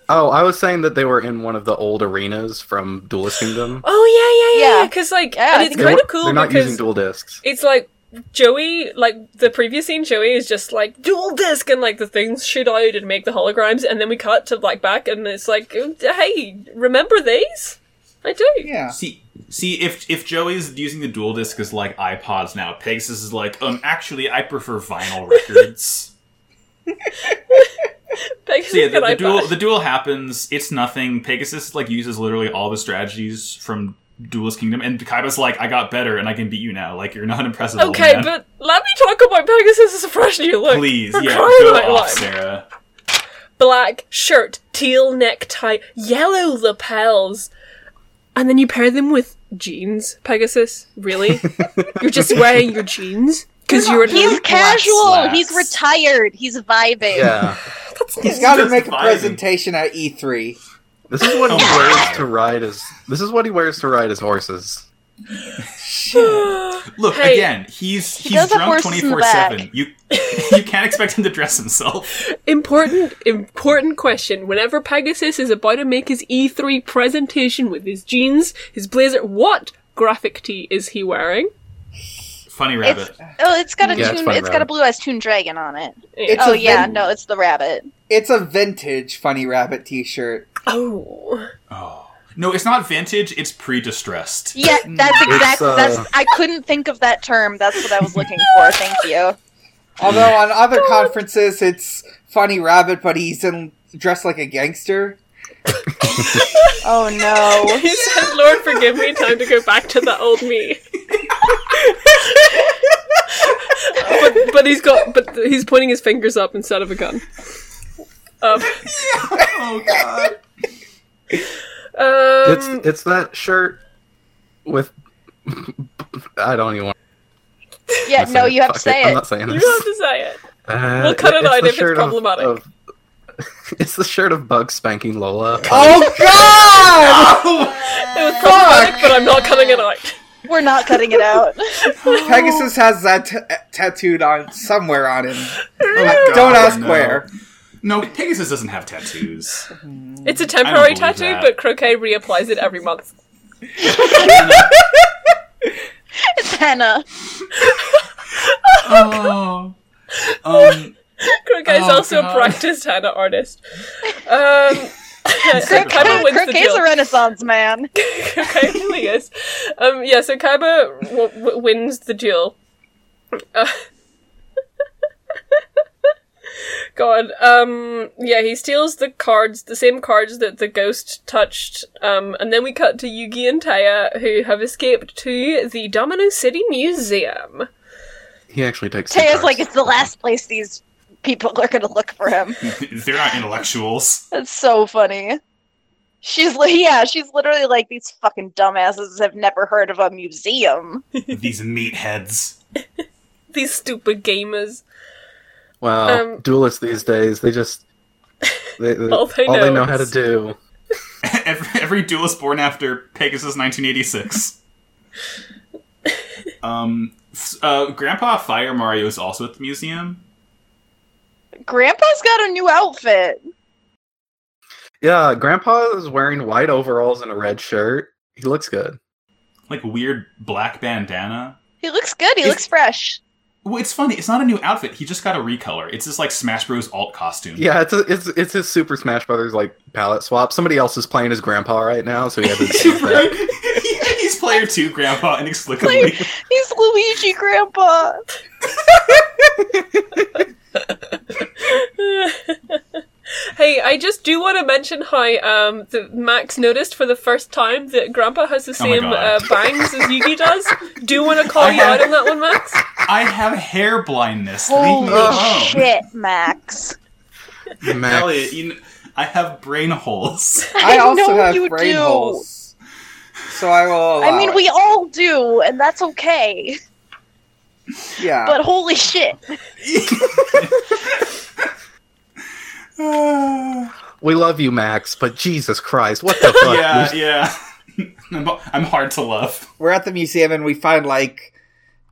Speaker 4: oh, I was saying that they were in one of the old arenas from Duelist Kingdom.
Speaker 2: Oh yeah, yeah, yeah.
Speaker 3: Yeah.
Speaker 2: Because like,
Speaker 3: Yeah,
Speaker 2: and
Speaker 3: it's
Speaker 2: it's
Speaker 4: They
Speaker 2: kind
Speaker 4: were-
Speaker 2: of cool
Speaker 4: They're not
Speaker 2: because
Speaker 4: using dual discs.
Speaker 2: it's like Joey, like the previous scene, Joey is just like dual disc and like the things shoot out and make the holograms, and then we cut to like back, and it's like, hey, remember these? I do.
Speaker 1: Yeah.
Speaker 5: See, see if if Joey's using the dual disc as like iPods now, Pegasus is like, um, actually, I prefer vinyl records.
Speaker 2: Pegasus
Speaker 5: so yeah, the,
Speaker 2: and
Speaker 5: the
Speaker 2: I
Speaker 5: duel
Speaker 2: bash.
Speaker 5: the duel happens. It's nothing. Pegasus like uses literally all the strategies from Duelist Kingdom, and Kaiba's like, I got better, and I can beat you now. Like you're not impressive. old
Speaker 2: Okay,
Speaker 5: man.
Speaker 2: but let me talk about Pegasus as a fresh new look.
Speaker 5: please,
Speaker 2: For
Speaker 5: yeah,
Speaker 2: crying
Speaker 5: go
Speaker 2: out
Speaker 5: off,
Speaker 2: loud.
Speaker 5: Sarah.
Speaker 2: Black shirt, teal necktie, yellow lapels. And then you pair them with jeans, Pegasus? Really? you're just wearing your jeans? Because you're an
Speaker 3: He's casual.
Speaker 5: slacks.
Speaker 3: He's retired. He's vibing.
Speaker 4: Yeah,
Speaker 2: That's
Speaker 1: He's got to
Speaker 5: just
Speaker 1: make a
Speaker 5: vibing.
Speaker 1: presentation at E E3.
Speaker 4: This is what he
Speaker 5: Oh my
Speaker 4: wears
Speaker 5: God.
Speaker 4: to ride his. This is what he wears to ride his horses.
Speaker 1: Shit.
Speaker 5: Look
Speaker 2: Hey,
Speaker 5: again. He's
Speaker 3: he
Speaker 5: he's
Speaker 3: does have
Speaker 5: drunk
Speaker 3: horses
Speaker 5: twenty
Speaker 3: in the
Speaker 5: four seven. You you can't expect him to dress himself.
Speaker 2: Important, important question. Whenever Pegasus is about to make his E3 presentation with his jeans, his blazer, what graphic tee is he wearing?
Speaker 5: Funny rabbit.
Speaker 3: Oh, it's got a
Speaker 4: Yeah, it's
Speaker 3: tune.
Speaker 4: fun
Speaker 3: it's got a
Speaker 4: rabbit.
Speaker 3: blue eyes tune dragon on it.
Speaker 1: It's
Speaker 2: Uh,
Speaker 3: oh
Speaker 1: a
Speaker 3: yeah,
Speaker 1: vin-
Speaker 3: no, it's the rabbit.
Speaker 1: It's a vintage Funny Rabbit T-shirt.
Speaker 2: Oh.
Speaker 5: Oh no, it's not vintage. It's pre distressed.
Speaker 3: Yeah, that's exactly.
Speaker 4: uh,
Speaker 3: That's I couldn't think of that term. That's what I was looking for. Thank you.
Speaker 1: Although on other conferences, it's Funny Rabbit, but he's in dressed like a gangster.
Speaker 3: Oh no.
Speaker 2: *laughs* He said, Lord, forgive me, time to go back to the old
Speaker 5: *laughs*
Speaker 2: me. but, but he's got, but he's pointing his fingers up instead of a gun. Um,
Speaker 5: oh god.
Speaker 2: um,
Speaker 3: Um,
Speaker 4: it's it's that shirt with. I don't even want.
Speaker 3: Yeah,
Speaker 4: to
Speaker 3: no, you have to
Speaker 4: Fuck it,
Speaker 3: say
Speaker 4: I'm
Speaker 3: it.
Speaker 4: not saying
Speaker 2: you
Speaker 4: this.
Speaker 2: have to say it.
Speaker 4: Uh,
Speaker 2: We'll cut it
Speaker 4: the
Speaker 2: out if it's
Speaker 4: shirt of-
Speaker 2: problematic.
Speaker 4: of- *laughs* it's the shirt of Bug spanking Lola.
Speaker 1: *laughs* Oh God!
Speaker 2: It was problematic, but I'm not cutting it out.
Speaker 3: We're not cutting it out. *laughs*
Speaker 1: Pegasus has that t- tattooed on somewhere on him.
Speaker 5: Oh,
Speaker 1: Don't ask
Speaker 5: no.
Speaker 1: where.
Speaker 5: No, Pegasus doesn't have tattoos.
Speaker 2: It's a
Speaker 5: I
Speaker 2: temporary
Speaker 5: don't believe
Speaker 2: tattoo,
Speaker 5: that.
Speaker 2: but Croquet reapplies it every month.
Speaker 3: It's Hannah.
Speaker 5: oh. Um, *laughs*
Speaker 2: Croquet's
Speaker 5: Oh,
Speaker 2: also
Speaker 5: God.
Speaker 2: a practiced henna artist. Um, so Kaiba wins the
Speaker 3: Croquet's
Speaker 2: deal.
Speaker 3: a renaissance man.
Speaker 2: *laughs* Kaiba really is. Um, yeah, so Kaiba w- w- wins the duel. Uh, *laughs* God, um, yeah, he steals the cards, the same cards that the ghost touched, um, and then we cut to Yugi and Taya, who have escaped to the Domino City Museum.
Speaker 4: He actually takes. two
Speaker 3: Taya's
Speaker 4: cards.
Speaker 3: like, it's the last place these people are gonna look for him.
Speaker 5: they're not intellectuals.
Speaker 3: That's so funny. She's li- yeah, she's literally like these fucking dumbasses have never heard of a museum.
Speaker 5: These meatheads. *laughs*
Speaker 2: These stupid gamers.
Speaker 4: Wow,
Speaker 2: Um,
Speaker 4: duelists these days
Speaker 2: *laughs*
Speaker 4: they just they, they-
Speaker 2: All
Speaker 4: all,
Speaker 2: they
Speaker 4: they
Speaker 2: know
Speaker 4: know how to
Speaker 2: is-
Speaker 4: do.
Speaker 5: every, every duelist born after Pegasus 1986. um, s- uh, Grandpa Fire Mario is also at the museum.
Speaker 3: Grandpa's got a new outfit.
Speaker 4: Yeah, Grandpa is wearing white overalls and a red shirt. He looks good.
Speaker 5: Like weird black bandana.
Speaker 3: He looks good. He
Speaker 5: Is-
Speaker 3: looks fresh.
Speaker 5: Well, it's funny. It's not a new outfit. He just got a recolor. It's this like Smash Bros. alt costume. *laughs*
Speaker 4: Yeah, it's a, it's it's his Super Smash Brothers like palette swap. Somebody else is playing his grandpa right now, so he has his
Speaker 5: Right? He's player two, Grandpa, inexplicably.
Speaker 3: He's Luigi Grandpa.
Speaker 2: *laughs* hey, I just do want to mention how um, the, Max noticed for the first time that Grandpa has the
Speaker 5: Oh my
Speaker 2: same
Speaker 5: God.
Speaker 2: uh, bangs as Yugi does. Do you want to call
Speaker 5: *laughs* I
Speaker 2: you out
Speaker 5: have-
Speaker 2: on that one, Max?
Speaker 5: I have hair blindness. Leave me
Speaker 3: Holy
Speaker 5: alone.
Speaker 3: shit, Max.
Speaker 4: Max.
Speaker 5: Elliot, you kn- I have
Speaker 2: *laughs*
Speaker 5: brain holes. *laughs*
Speaker 1: I,
Speaker 3: I
Speaker 1: also
Speaker 3: know
Speaker 1: have
Speaker 3: you
Speaker 1: brain
Speaker 3: do.
Speaker 1: holes, so I will. uh,
Speaker 3: I
Speaker 1: allow
Speaker 3: mean,
Speaker 1: it.
Speaker 3: we all do, and that's okay.
Speaker 1: Yeah,
Speaker 3: But holy shit.
Speaker 4: We love you, Max, but Jesus Christ, what the fuck?
Speaker 5: *laughs* yeah, yeah. I'm, I'm hard to love.
Speaker 1: we're at the museum and we find like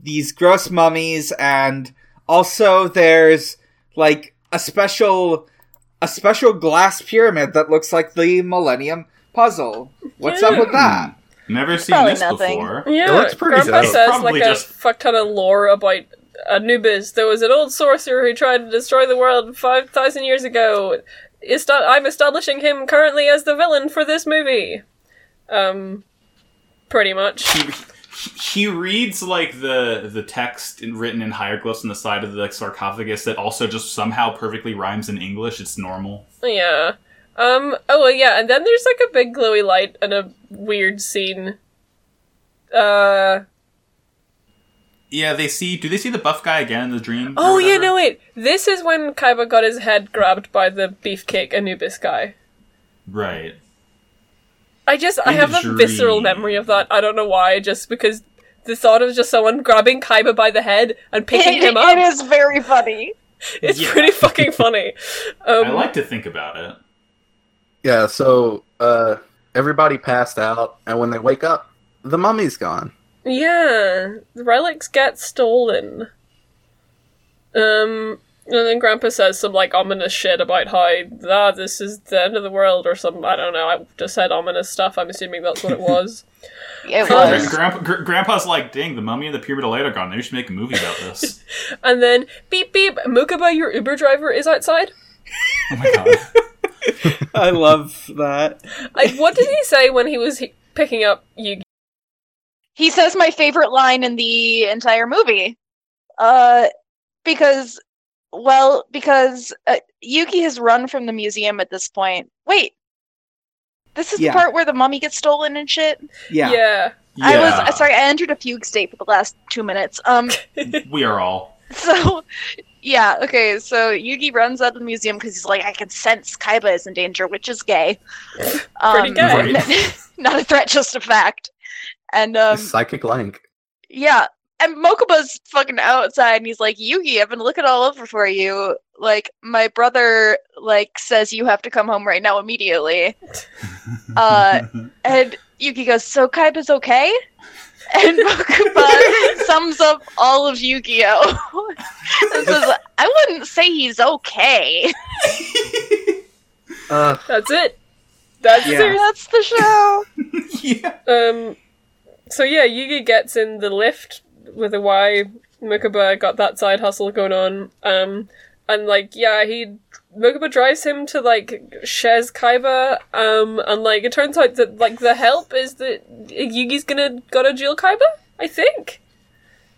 Speaker 1: these gross mummies, and also there's like a special, a special glass pyramid that looks like the Millennium Puzzle. What's up with that?
Speaker 2: Ah.
Speaker 5: Hmm. Never seen
Speaker 3: Probably
Speaker 5: this
Speaker 3: nothing.
Speaker 5: before.
Speaker 2: Yeah,
Speaker 4: looks pretty
Speaker 2: Grandpa
Speaker 4: dope.
Speaker 2: says
Speaker 5: Probably
Speaker 2: like a
Speaker 5: just-
Speaker 2: fuck ton of lore about Anubis. There was an old sorcerer who tried to destroy the world five thousand years ago. Esta- I'm establishing him currently as the villain for this movie. Um, pretty much.
Speaker 5: He, he reads like the the text in, written in hieroglyphs on the side of the like, sarcophagus that also just somehow perfectly rhymes in English. It's normal.
Speaker 2: Yeah. Um. Oh well, yeah. And then there's like a big glowy light and a weird scene. Uh.
Speaker 5: Yeah, they see. Do they see the buff guy again in the dream? or
Speaker 2: Oh yeah.
Speaker 5: whatever?
Speaker 2: No wait. This is when Kaiba got his head grabbed by the beefcake Anubis guy.
Speaker 5: Right.
Speaker 2: I just I have a
Speaker 5: Injury.
Speaker 2: visceral memory of that. I don't know why. Just because
Speaker 3: *laughs*
Speaker 2: the thought of just someone grabbing Kaiba by the head and picking
Speaker 3: It-
Speaker 2: him
Speaker 3: it
Speaker 2: up.
Speaker 3: is very funny.
Speaker 2: It's
Speaker 5: Yeah.
Speaker 2: pretty fucking funny. Um,
Speaker 5: I like to think about it.
Speaker 4: Yeah, so uh, everybody passed out, and when they wake up, the mummy's gone.
Speaker 2: Yeah, the relics get stolen. Um, and then Grandpa says some like ominous shit about how ah, this is the end of the world or something. I don't know. I just said ominous stuff. I'm assuming that's what it was.
Speaker 3: It
Speaker 2: Oh.
Speaker 5: Gra-
Speaker 3: was.
Speaker 5: Grandpa, gr- grandpa's like, dang, the mummy and the pyramid of Light are gone. They should make a movie about
Speaker 2: *laughs*
Speaker 5: this.
Speaker 2: and then beep beep, Mukaba, your Uber driver is outside.
Speaker 5: oh my god.
Speaker 1: I love that.
Speaker 2: Like, what did he say when he was he- picking up Yu?
Speaker 3: He says my favorite line in the entire movie. Uh, because, well, because uh, Yuki has run from the museum at this point. Wait, this is
Speaker 1: Yeah.
Speaker 3: the part where the mummy gets stolen and shit.
Speaker 1: Yeah.
Speaker 2: yeah.
Speaker 3: I was
Speaker 5: Yeah.
Speaker 3: uh, sorry, I entered a fugue state for the last two minutes. Um,
Speaker 5: We are all.
Speaker 3: so yeah, okay. So Yugi runs out of the museum because he's like, I can sense Kaiba is in danger, which is gay. Um,
Speaker 2: Pretty gay.
Speaker 5: Right.
Speaker 3: *laughs* not a threat, just a fact. And um,
Speaker 4: Psychic Link.
Speaker 3: yeah, and Mokuba's fucking outside, and he's like, Yugi, I've been looking all over for you. Like my brother, like says you have to come home right now immediately. Uh, And Yugi goes, So Kaiba's okay? And Mokuba sums up all of Yu Gi Oh! *laughs* and says, I wouldn't say he's okay.
Speaker 4: Uh,
Speaker 2: That's it. That's
Speaker 3: *laughs*
Speaker 1: Yeah.
Speaker 2: it.
Speaker 3: That's the show.
Speaker 5: yeah.
Speaker 2: Um, so yeah, Yugi gets in the lift with a Y. Mukaba got that side hustle going on. Um, and like, yeah, he Mukaba drives him to like Shez Kaiba. Um, and like, it turns out that like the help is that Yugi's gonna gotta jail Kaiba. I think.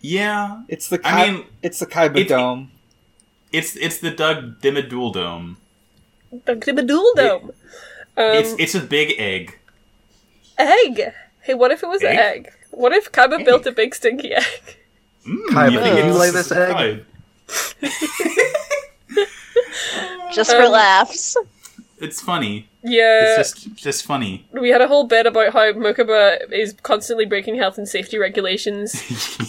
Speaker 5: Yeah.
Speaker 1: It's the Ki-
Speaker 5: I mean,
Speaker 1: it's the Kaiba
Speaker 5: it-
Speaker 1: Dome.
Speaker 5: it's it's the Doug Dimmadule Dome.
Speaker 2: Um, Badool dome.
Speaker 5: it's
Speaker 2: Um,
Speaker 5: it's a big egg.
Speaker 2: egg. Hey, what if it was an
Speaker 5: Egg?
Speaker 2: egg? What if Kaiba built a big stinky egg? *laughs*
Speaker 5: Mm,
Speaker 4: Kaiba,
Speaker 5: think
Speaker 4: can you
Speaker 5: it's-
Speaker 4: lay this egg?
Speaker 3: Just for
Speaker 2: Um,
Speaker 3: laughs.
Speaker 5: It's funny.
Speaker 2: Yeah.
Speaker 5: It's just just funny.
Speaker 2: we had a whole bit about how Mokuba is constantly breaking health and safety regulations.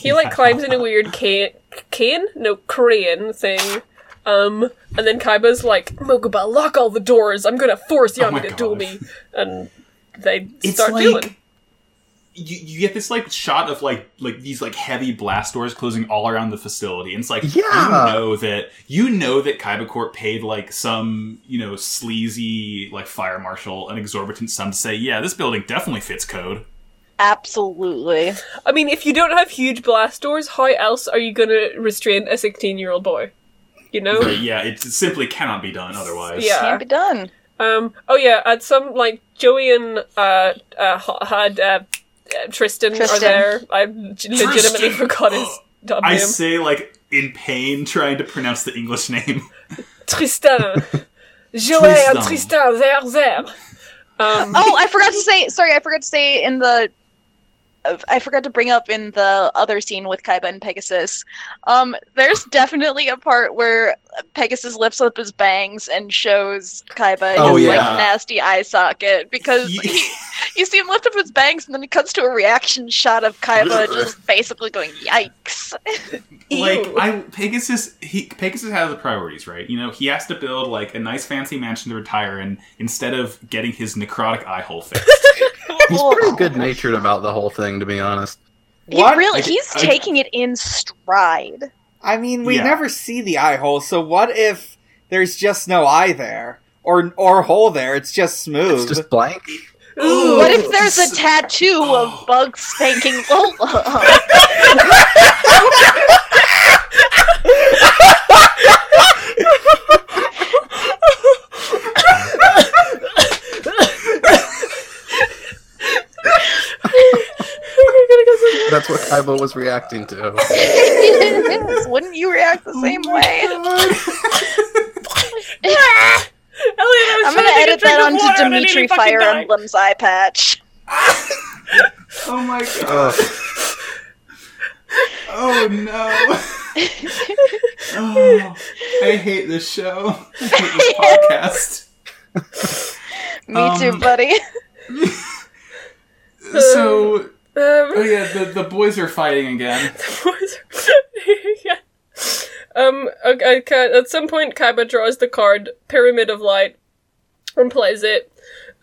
Speaker 2: He
Speaker 5: *laughs*
Speaker 2: like climbs in a weird ca- cane, no crane thing. Um, and then Kaiba's like, Mokuba, lock all the doors. I'm gonna force
Speaker 5: Oh
Speaker 2: Yami
Speaker 5: my
Speaker 2: to
Speaker 5: God. Mm.
Speaker 2: duel me. And they
Speaker 5: It's
Speaker 2: start
Speaker 5: like
Speaker 2: dueling.
Speaker 5: you, you get this like shot of like like these like heavy blast doors closing all around the facility, and it's like
Speaker 4: Yeah.
Speaker 5: you know that you know that Kaiba Corp paid like some you know sleazy like fire marshal an exorbitant sum to say yeah this building definitely fits code.
Speaker 3: Absolutely.
Speaker 2: I mean, if you don't have huge blast doors, how else are you gonna restrain a 16 year old boy? You know?
Speaker 5: But yeah, it simply cannot be done otherwise.
Speaker 2: Yeah.
Speaker 3: Can't be done.
Speaker 2: Um. Oh yeah. At some like Joey and uh, uh h- had uh, uh, Tristan, are
Speaker 3: Tristan.
Speaker 2: there. I g- legitimately
Speaker 5: Tristan!
Speaker 2: forgot his dumb
Speaker 5: I
Speaker 2: name.
Speaker 5: say like in pain trying to pronounce the
Speaker 2: *laughs*
Speaker 5: English name. *laughs*
Speaker 2: Tristan. Joey and
Speaker 5: Tristan.
Speaker 2: Tristan. There, there. Um.
Speaker 3: Oh, I forgot to say, sorry, I forgot to say in the. I forgot to bring up in the other scene with Kaiba and Pegasus. Um, there's definitely a part where Pegasus lifts up his bangs and shows Kaiba
Speaker 4: Oh,
Speaker 3: his
Speaker 4: yeah.
Speaker 3: like nasty eye socket because
Speaker 5: You-
Speaker 3: he, *laughs* you see him lift up his bangs and then it cuts to a reaction shot of
Speaker 5: *laughs*
Speaker 3: Kaiba just basically going yikes.
Speaker 5: like
Speaker 2: Ew.
Speaker 5: I Pegasus he Pegasus has the priorities, right? You know, he has to build like a nice fancy mansion to retire in instead of getting his necrotic eye
Speaker 2: *laughs*
Speaker 5: hole fixed.
Speaker 4: He's pretty good natured about the whole thing, to be honest.
Speaker 3: *laughs* He
Speaker 1: What?
Speaker 3: really
Speaker 5: I-
Speaker 3: he's
Speaker 5: I-
Speaker 3: taking it in stride.
Speaker 1: I mean, we
Speaker 5: Yeah.
Speaker 1: never see the eye hole, so what if there's just no eye there? Or or hole there, it's just smooth.
Speaker 4: It's just blank.
Speaker 5: Ooh. Oh.
Speaker 3: What if there's a
Speaker 5: So-
Speaker 3: tattoo of Bug spanking
Speaker 5: *laughs*
Speaker 3: Lola?
Speaker 2: Oh
Speaker 4: That's what Kaiba was reacting to.
Speaker 3: Wouldn't you react the same way?
Speaker 2: my God. Elliot, I was
Speaker 3: I'm
Speaker 2: trying
Speaker 3: gonna
Speaker 2: to
Speaker 3: edit that onto Dimitri
Speaker 2: Dimitri
Speaker 3: Fire Emblem's eye patch.
Speaker 5: oh my
Speaker 4: Ugh.
Speaker 5: Oh
Speaker 2: *laughs*
Speaker 5: no. oh, I hate this show. I hate
Speaker 2: *laughs*
Speaker 5: this podcast.
Speaker 3: Me too,
Speaker 5: Um,
Speaker 3: buddy.
Speaker 5: So
Speaker 2: *laughs*
Speaker 5: oh
Speaker 2: Um,
Speaker 5: yeah, the, the boys are fighting again.
Speaker 2: yeah. *laughs* Um, okay, okay, at some point, Kaiba draws the card Pyramid of Light and plays it,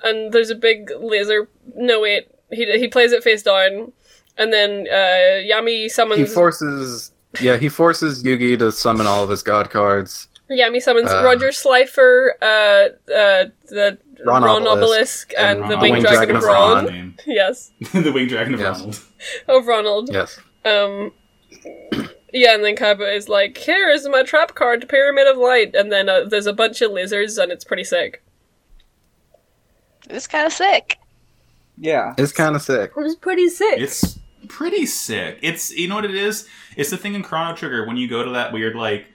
Speaker 2: and there's a big laser. No wait, he he plays it face down, and then uh, Yami
Speaker 4: He
Speaker 2: summons
Speaker 4: forces. Yeah, he forces Yugi to summon all of his god cards.
Speaker 2: Yami summons
Speaker 4: Uh,
Speaker 2: Roger Slifer, uh, uh, the
Speaker 4: Ron
Speaker 2: Ron,
Speaker 4: Obelisk
Speaker 2: Obelisk, and,
Speaker 5: Ron-
Speaker 2: the Winged
Speaker 4: Winged
Speaker 2: Dragon,
Speaker 4: Dragon
Speaker 2: of
Speaker 4: of
Speaker 2: Ron.
Speaker 4: Ron.
Speaker 2: *laughs* Yes,
Speaker 5: Um, *laughs* the winged dragon of
Speaker 4: Yes.
Speaker 5: Ronald.
Speaker 2: of Ronald.
Speaker 4: Yes.
Speaker 2: Um, yeah, and then Kaiba is like, "Here is my trap card, Pyramid of Light," and then uh, there's a bunch of lizards, and it's pretty sick.
Speaker 3: It's kind of sick.
Speaker 1: Yeah.
Speaker 4: It's kind of sick.
Speaker 2: It was pretty sick.
Speaker 5: It's pretty sick. It's you know what it is? It's the thing in Chrono Trigger when you go to that weird like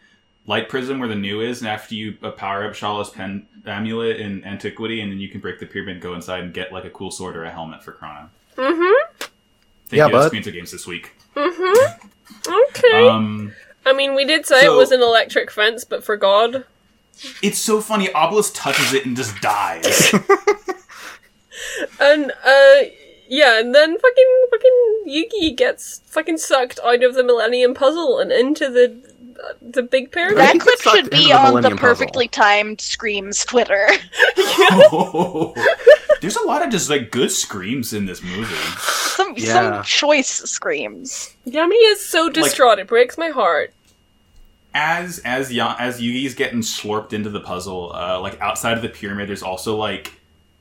Speaker 5: light prism where the new is, and after you uh, power up Shala's pen amulet in Antiquity, and then you can break the pyramid, go inside, and get like a cool sword or a helmet for Chrono.
Speaker 2: Mm-hmm.
Speaker 5: Thank
Speaker 4: Yeah,
Speaker 5: you, that's
Speaker 4: bud.
Speaker 5: Queens of Games this week.
Speaker 2: Mm-hmm. Okay.
Speaker 5: Um,
Speaker 2: I mean, we did say
Speaker 5: so-
Speaker 2: it was an electric fence, but for God,
Speaker 5: it's so funny. Obelisk touches it and just
Speaker 4: *laughs*
Speaker 5: dies. *laughs*
Speaker 2: and uh, yeah, and then fucking fucking Yugi gets fucking sucked out of the Millennium Puzzle and into the the big pyramid.
Speaker 4: Right.
Speaker 3: That
Speaker 4: think
Speaker 3: clip
Speaker 4: it's sucked
Speaker 3: should be
Speaker 4: into the
Speaker 3: on the
Speaker 4: Millennium Puzzle.
Speaker 3: perfectly timed screams Twitter. *laughs*
Speaker 5: There's a lot of just like good screams in this movie.
Speaker 3: some
Speaker 4: Yeah.
Speaker 3: some choice screams.
Speaker 2: Yami is so distraught; it breaks my heart.
Speaker 5: as as ya- as Yugi's getting slurped into the puzzle, uh, like outside of the pyramid, there's also like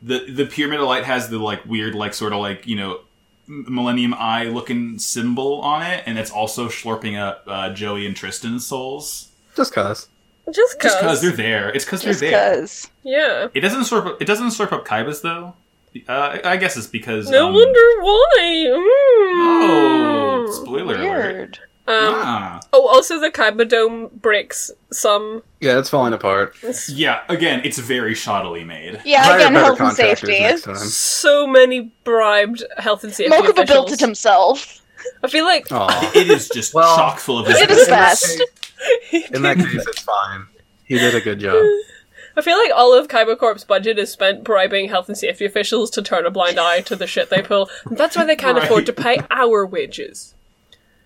Speaker 5: the the pyramid of light has the like weird like sort of like you know m- Millennium Eye looking symbol on it, and it's also slurping up uh, Joey and Tristan's souls.
Speaker 4: Just cause.
Speaker 2: Just
Speaker 5: Just because
Speaker 2: cause,
Speaker 5: they're there, it's because they're
Speaker 3: Just
Speaker 5: there.
Speaker 3: because.
Speaker 2: yeah.
Speaker 5: It doesn't slurp. Up, it doesn't slurp up Kaiba's though. Uh, I I guess it's because
Speaker 2: No
Speaker 5: um,
Speaker 2: wonder why.
Speaker 5: Oh, spoiler alert!
Speaker 3: Weird.
Speaker 2: Mm. Um,
Speaker 5: Ah.
Speaker 2: oh, also the Kaiba Dome breaks some.
Speaker 4: Yeah, it's falling apart.
Speaker 5: Yeah, again, it's very
Speaker 3: *laughs*
Speaker 5: shoddily made.
Speaker 3: Yeah,
Speaker 4: Hire
Speaker 3: again,
Speaker 4: better
Speaker 3: health and
Speaker 4: contractors
Speaker 3: safety.
Speaker 4: next time.
Speaker 2: So many bribed health and safety
Speaker 3: Mokuba
Speaker 2: officials.
Speaker 3: built it himself. *laughs*
Speaker 2: I feel like
Speaker 5: Oh,
Speaker 2: *laughs*
Speaker 4: Aw.
Speaker 5: It is just
Speaker 4: Well-
Speaker 5: chock full of.
Speaker 3: It is
Speaker 5: his-
Speaker 4: In that
Speaker 3: best.
Speaker 4: case- In that case, it's fine. He did a good job.
Speaker 2: I feel like all of Kaiba Corp's budget is spent bribing health and safety officials to turn a blind eye to the shit they pull. And that's why they can't
Speaker 5: Right.
Speaker 2: afford to
Speaker 5: *laughs*
Speaker 2: pay our wages.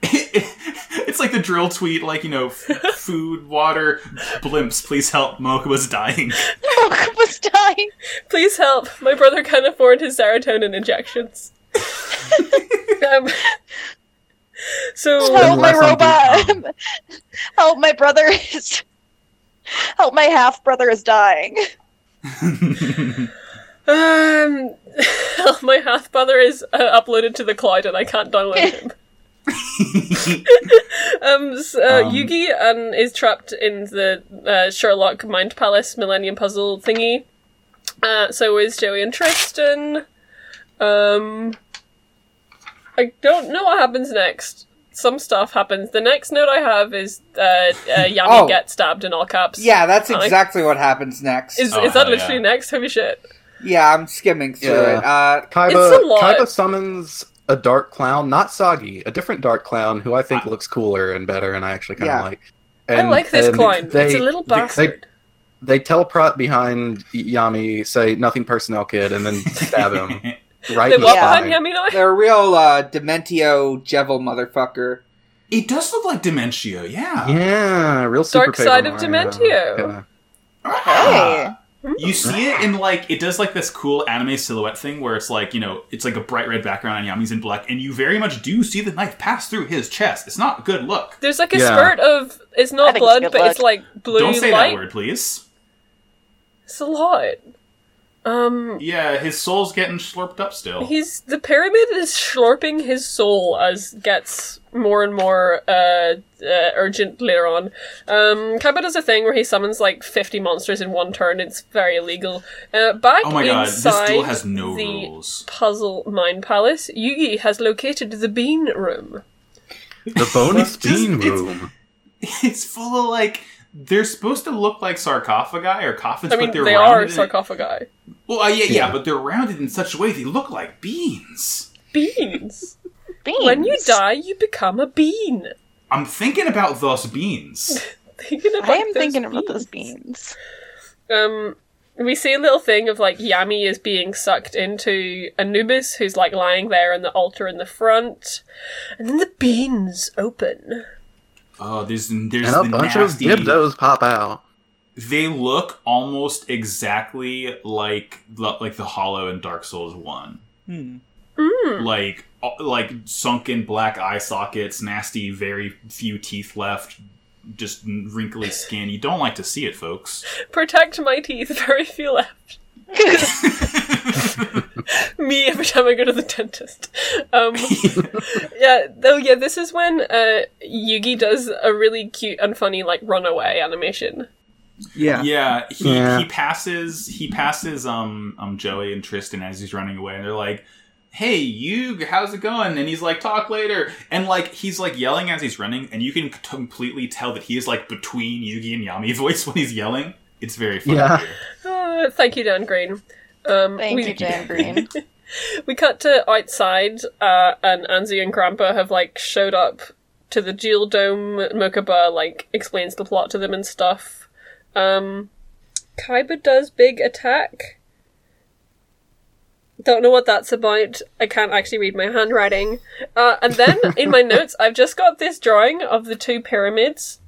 Speaker 5: it's like the drill tweet, like you know, f- food, water, blimps. Please help, Mokuba's dying.
Speaker 3: Mokuba's dying.
Speaker 2: Please help. My brother can't afford his serotonin
Speaker 3: *laughs*
Speaker 2: injections. um, so
Speaker 4: Spend
Speaker 3: Help my
Speaker 4: less on
Speaker 3: robot. *laughs* Help my brother is. *laughs* Help my half brother is dying.
Speaker 2: um, *laughs* my half brother is uh, uploaded to the cloud and I
Speaker 1: *laughs*
Speaker 2: can't download him. *laughs* Um, s- uh,
Speaker 5: Um,
Speaker 2: Yugi um, is trapped in the uh, Sherlock Mind Palace Millennium Puzzle thingy. Uh, so is Joey and Tristan. Um, I don't know what happens next. Some stuff happens. The next note I have is uh, uh, Yami
Speaker 1: Oh.
Speaker 2: gets stabbed in all caps.
Speaker 1: Yeah, that's
Speaker 2: Like-
Speaker 1: exactly what happens next.
Speaker 2: Is,
Speaker 5: Oh,
Speaker 2: is that
Speaker 5: hell
Speaker 2: literally
Speaker 5: yeah.
Speaker 2: next? Holy shit.
Speaker 1: yeah, I'm skimming through
Speaker 4: Yeah.
Speaker 1: it. Uh,
Speaker 4: Kaiba,
Speaker 2: It's a lot.
Speaker 4: Kaiba summons a dark clown, not Soggy, a different dark clown who I think looks cooler and better, and I actually kind of
Speaker 1: Yeah.
Speaker 4: like.
Speaker 2: I
Speaker 4: And-
Speaker 2: like this
Speaker 5: um,
Speaker 4: and
Speaker 2: clown.
Speaker 4: They,
Speaker 2: it's a little
Speaker 4: they-
Speaker 2: bastard.
Speaker 4: They, teleport behind Y- Yami, say nothing personnel, kid, and then stab *laughs* him right
Speaker 2: They
Speaker 4: in the
Speaker 2: walk
Speaker 3: walked
Speaker 4: spine.
Speaker 2: behind Yami now.
Speaker 1: they're a real uh, Dementio Jevil motherfucker.
Speaker 5: *laughs* it does look like Dementio, yeah.
Speaker 4: Yeah, real super
Speaker 2: Dark side
Speaker 4: Paper
Speaker 2: of
Speaker 4: Mario.
Speaker 2: Dementio.
Speaker 4: Yeah.
Speaker 5: Ah. You see it in like it does like this cool anime silhouette thing where it's like you know it's like a bright red background and Yami's in black, and you very much do see the knife pass through his chest. It's not a good look.
Speaker 2: There's like a
Speaker 4: Yeah.
Speaker 2: spurt of. It's
Speaker 3: I
Speaker 2: not
Speaker 3: think it's
Speaker 2: blood,
Speaker 3: good
Speaker 2: but it's
Speaker 3: luck.
Speaker 2: like blue
Speaker 5: Don't say
Speaker 2: light.
Speaker 5: that word, please.
Speaker 2: It's a lot. Um,
Speaker 5: Yeah, his soul's getting slurped up still.
Speaker 2: he's the pyramid is slurping his soul as gets more and more uh, uh urgent later on. Um, Kaiba does a thing where he summons like fifty monsters in one turn. It's very illegal. Uh, back
Speaker 5: oh my god, this
Speaker 2: inside
Speaker 5: duel has no
Speaker 2: the
Speaker 5: rules.
Speaker 2: puzzle mine palace, Yugi has located the bean room.
Speaker 4: The bonus
Speaker 5: It's just-
Speaker 4: bean
Speaker 5: it's-
Speaker 4: room.
Speaker 5: *laughs* It's full of like they're supposed to look like sarcophagi or coffins,
Speaker 2: I mean,
Speaker 5: but they're
Speaker 2: they are
Speaker 5: rounded in-
Speaker 2: sarcophagi.
Speaker 5: Well, uh, yeah, yeah,
Speaker 4: Yeah.
Speaker 5: but they're rounded in such a way they look like beans.
Speaker 2: Beans.
Speaker 3: Beans.
Speaker 2: When you die, you become a bean. *laughs*
Speaker 5: I'm thinking about those beans.
Speaker 2: Thinking about
Speaker 3: I am
Speaker 2: those
Speaker 3: thinking about those
Speaker 2: beans.
Speaker 3: beans.
Speaker 2: um we see a little thing of like Yami is being sucked into Anubis, who's like lying there on the altar in the front, and then the beans open.
Speaker 5: Oh, there's there's
Speaker 4: and a
Speaker 5: the
Speaker 4: bunch
Speaker 5: nasty,
Speaker 4: of gibdos pop out.
Speaker 5: They look almost exactly like like the Hollow in Dark Souls One.
Speaker 1: Hmm.
Speaker 2: Mm.
Speaker 5: like uh, like sunken black eye sockets, nasty, very few teeth left, just wrinkly skin. You don't like to see it, folks.
Speaker 2: Protect my teeth. *laughs* Very few left. Me every time I go to the dentist. Um, *laughs* yeah, though. Yeah, this is when uh, Yugi does a really cute and funny like runaway animation.
Speaker 1: Yeah.
Speaker 5: yeah, he
Speaker 4: Yeah.
Speaker 5: he passes he passes um um Joey and Tristan as he's running away, and they're like. Hey, you, how's it going? And he's like, talk later. And like, he's like yelling as he's running, and you can completely tell that he is like between Yugi and Yami *laughs* voice when he's yelling. It's very funny.
Speaker 4: Yeah.
Speaker 5: here.
Speaker 2: Uh, thank you, Dan Green. Um,
Speaker 3: Thank
Speaker 2: we,
Speaker 3: you, Dan Green.
Speaker 2: We cut to outside, uh, and Anzi and Grandpa have like showed up to the Jewel Dome. Mokuba like explains the plot to them and stuff. Um, Kaiba does big attack. Don't know what that's about. I can't actually read my handwriting. Uh, and then in my notes, I've just got this drawing of the two pyramids,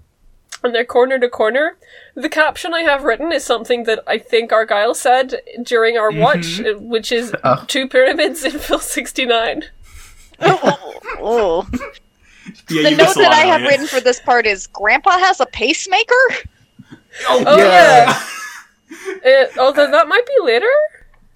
Speaker 2: and they're corner to corner. The caption I have written is something that I think Argyle said during our watch, uh, which is
Speaker 4: Oh.
Speaker 2: two pyramids in Phil 69.
Speaker 3: *laughs* oh, oh, oh.
Speaker 5: Yeah,
Speaker 3: The note
Speaker 5: you miss a
Speaker 3: that
Speaker 5: lot
Speaker 3: I
Speaker 5: out of
Speaker 3: have
Speaker 5: it.
Speaker 3: written for this part is Grandpa has a pacemaker?
Speaker 2: Oh,
Speaker 5: *laughs*
Speaker 4: Yeah.
Speaker 2: yeah. Uh, although that might be later.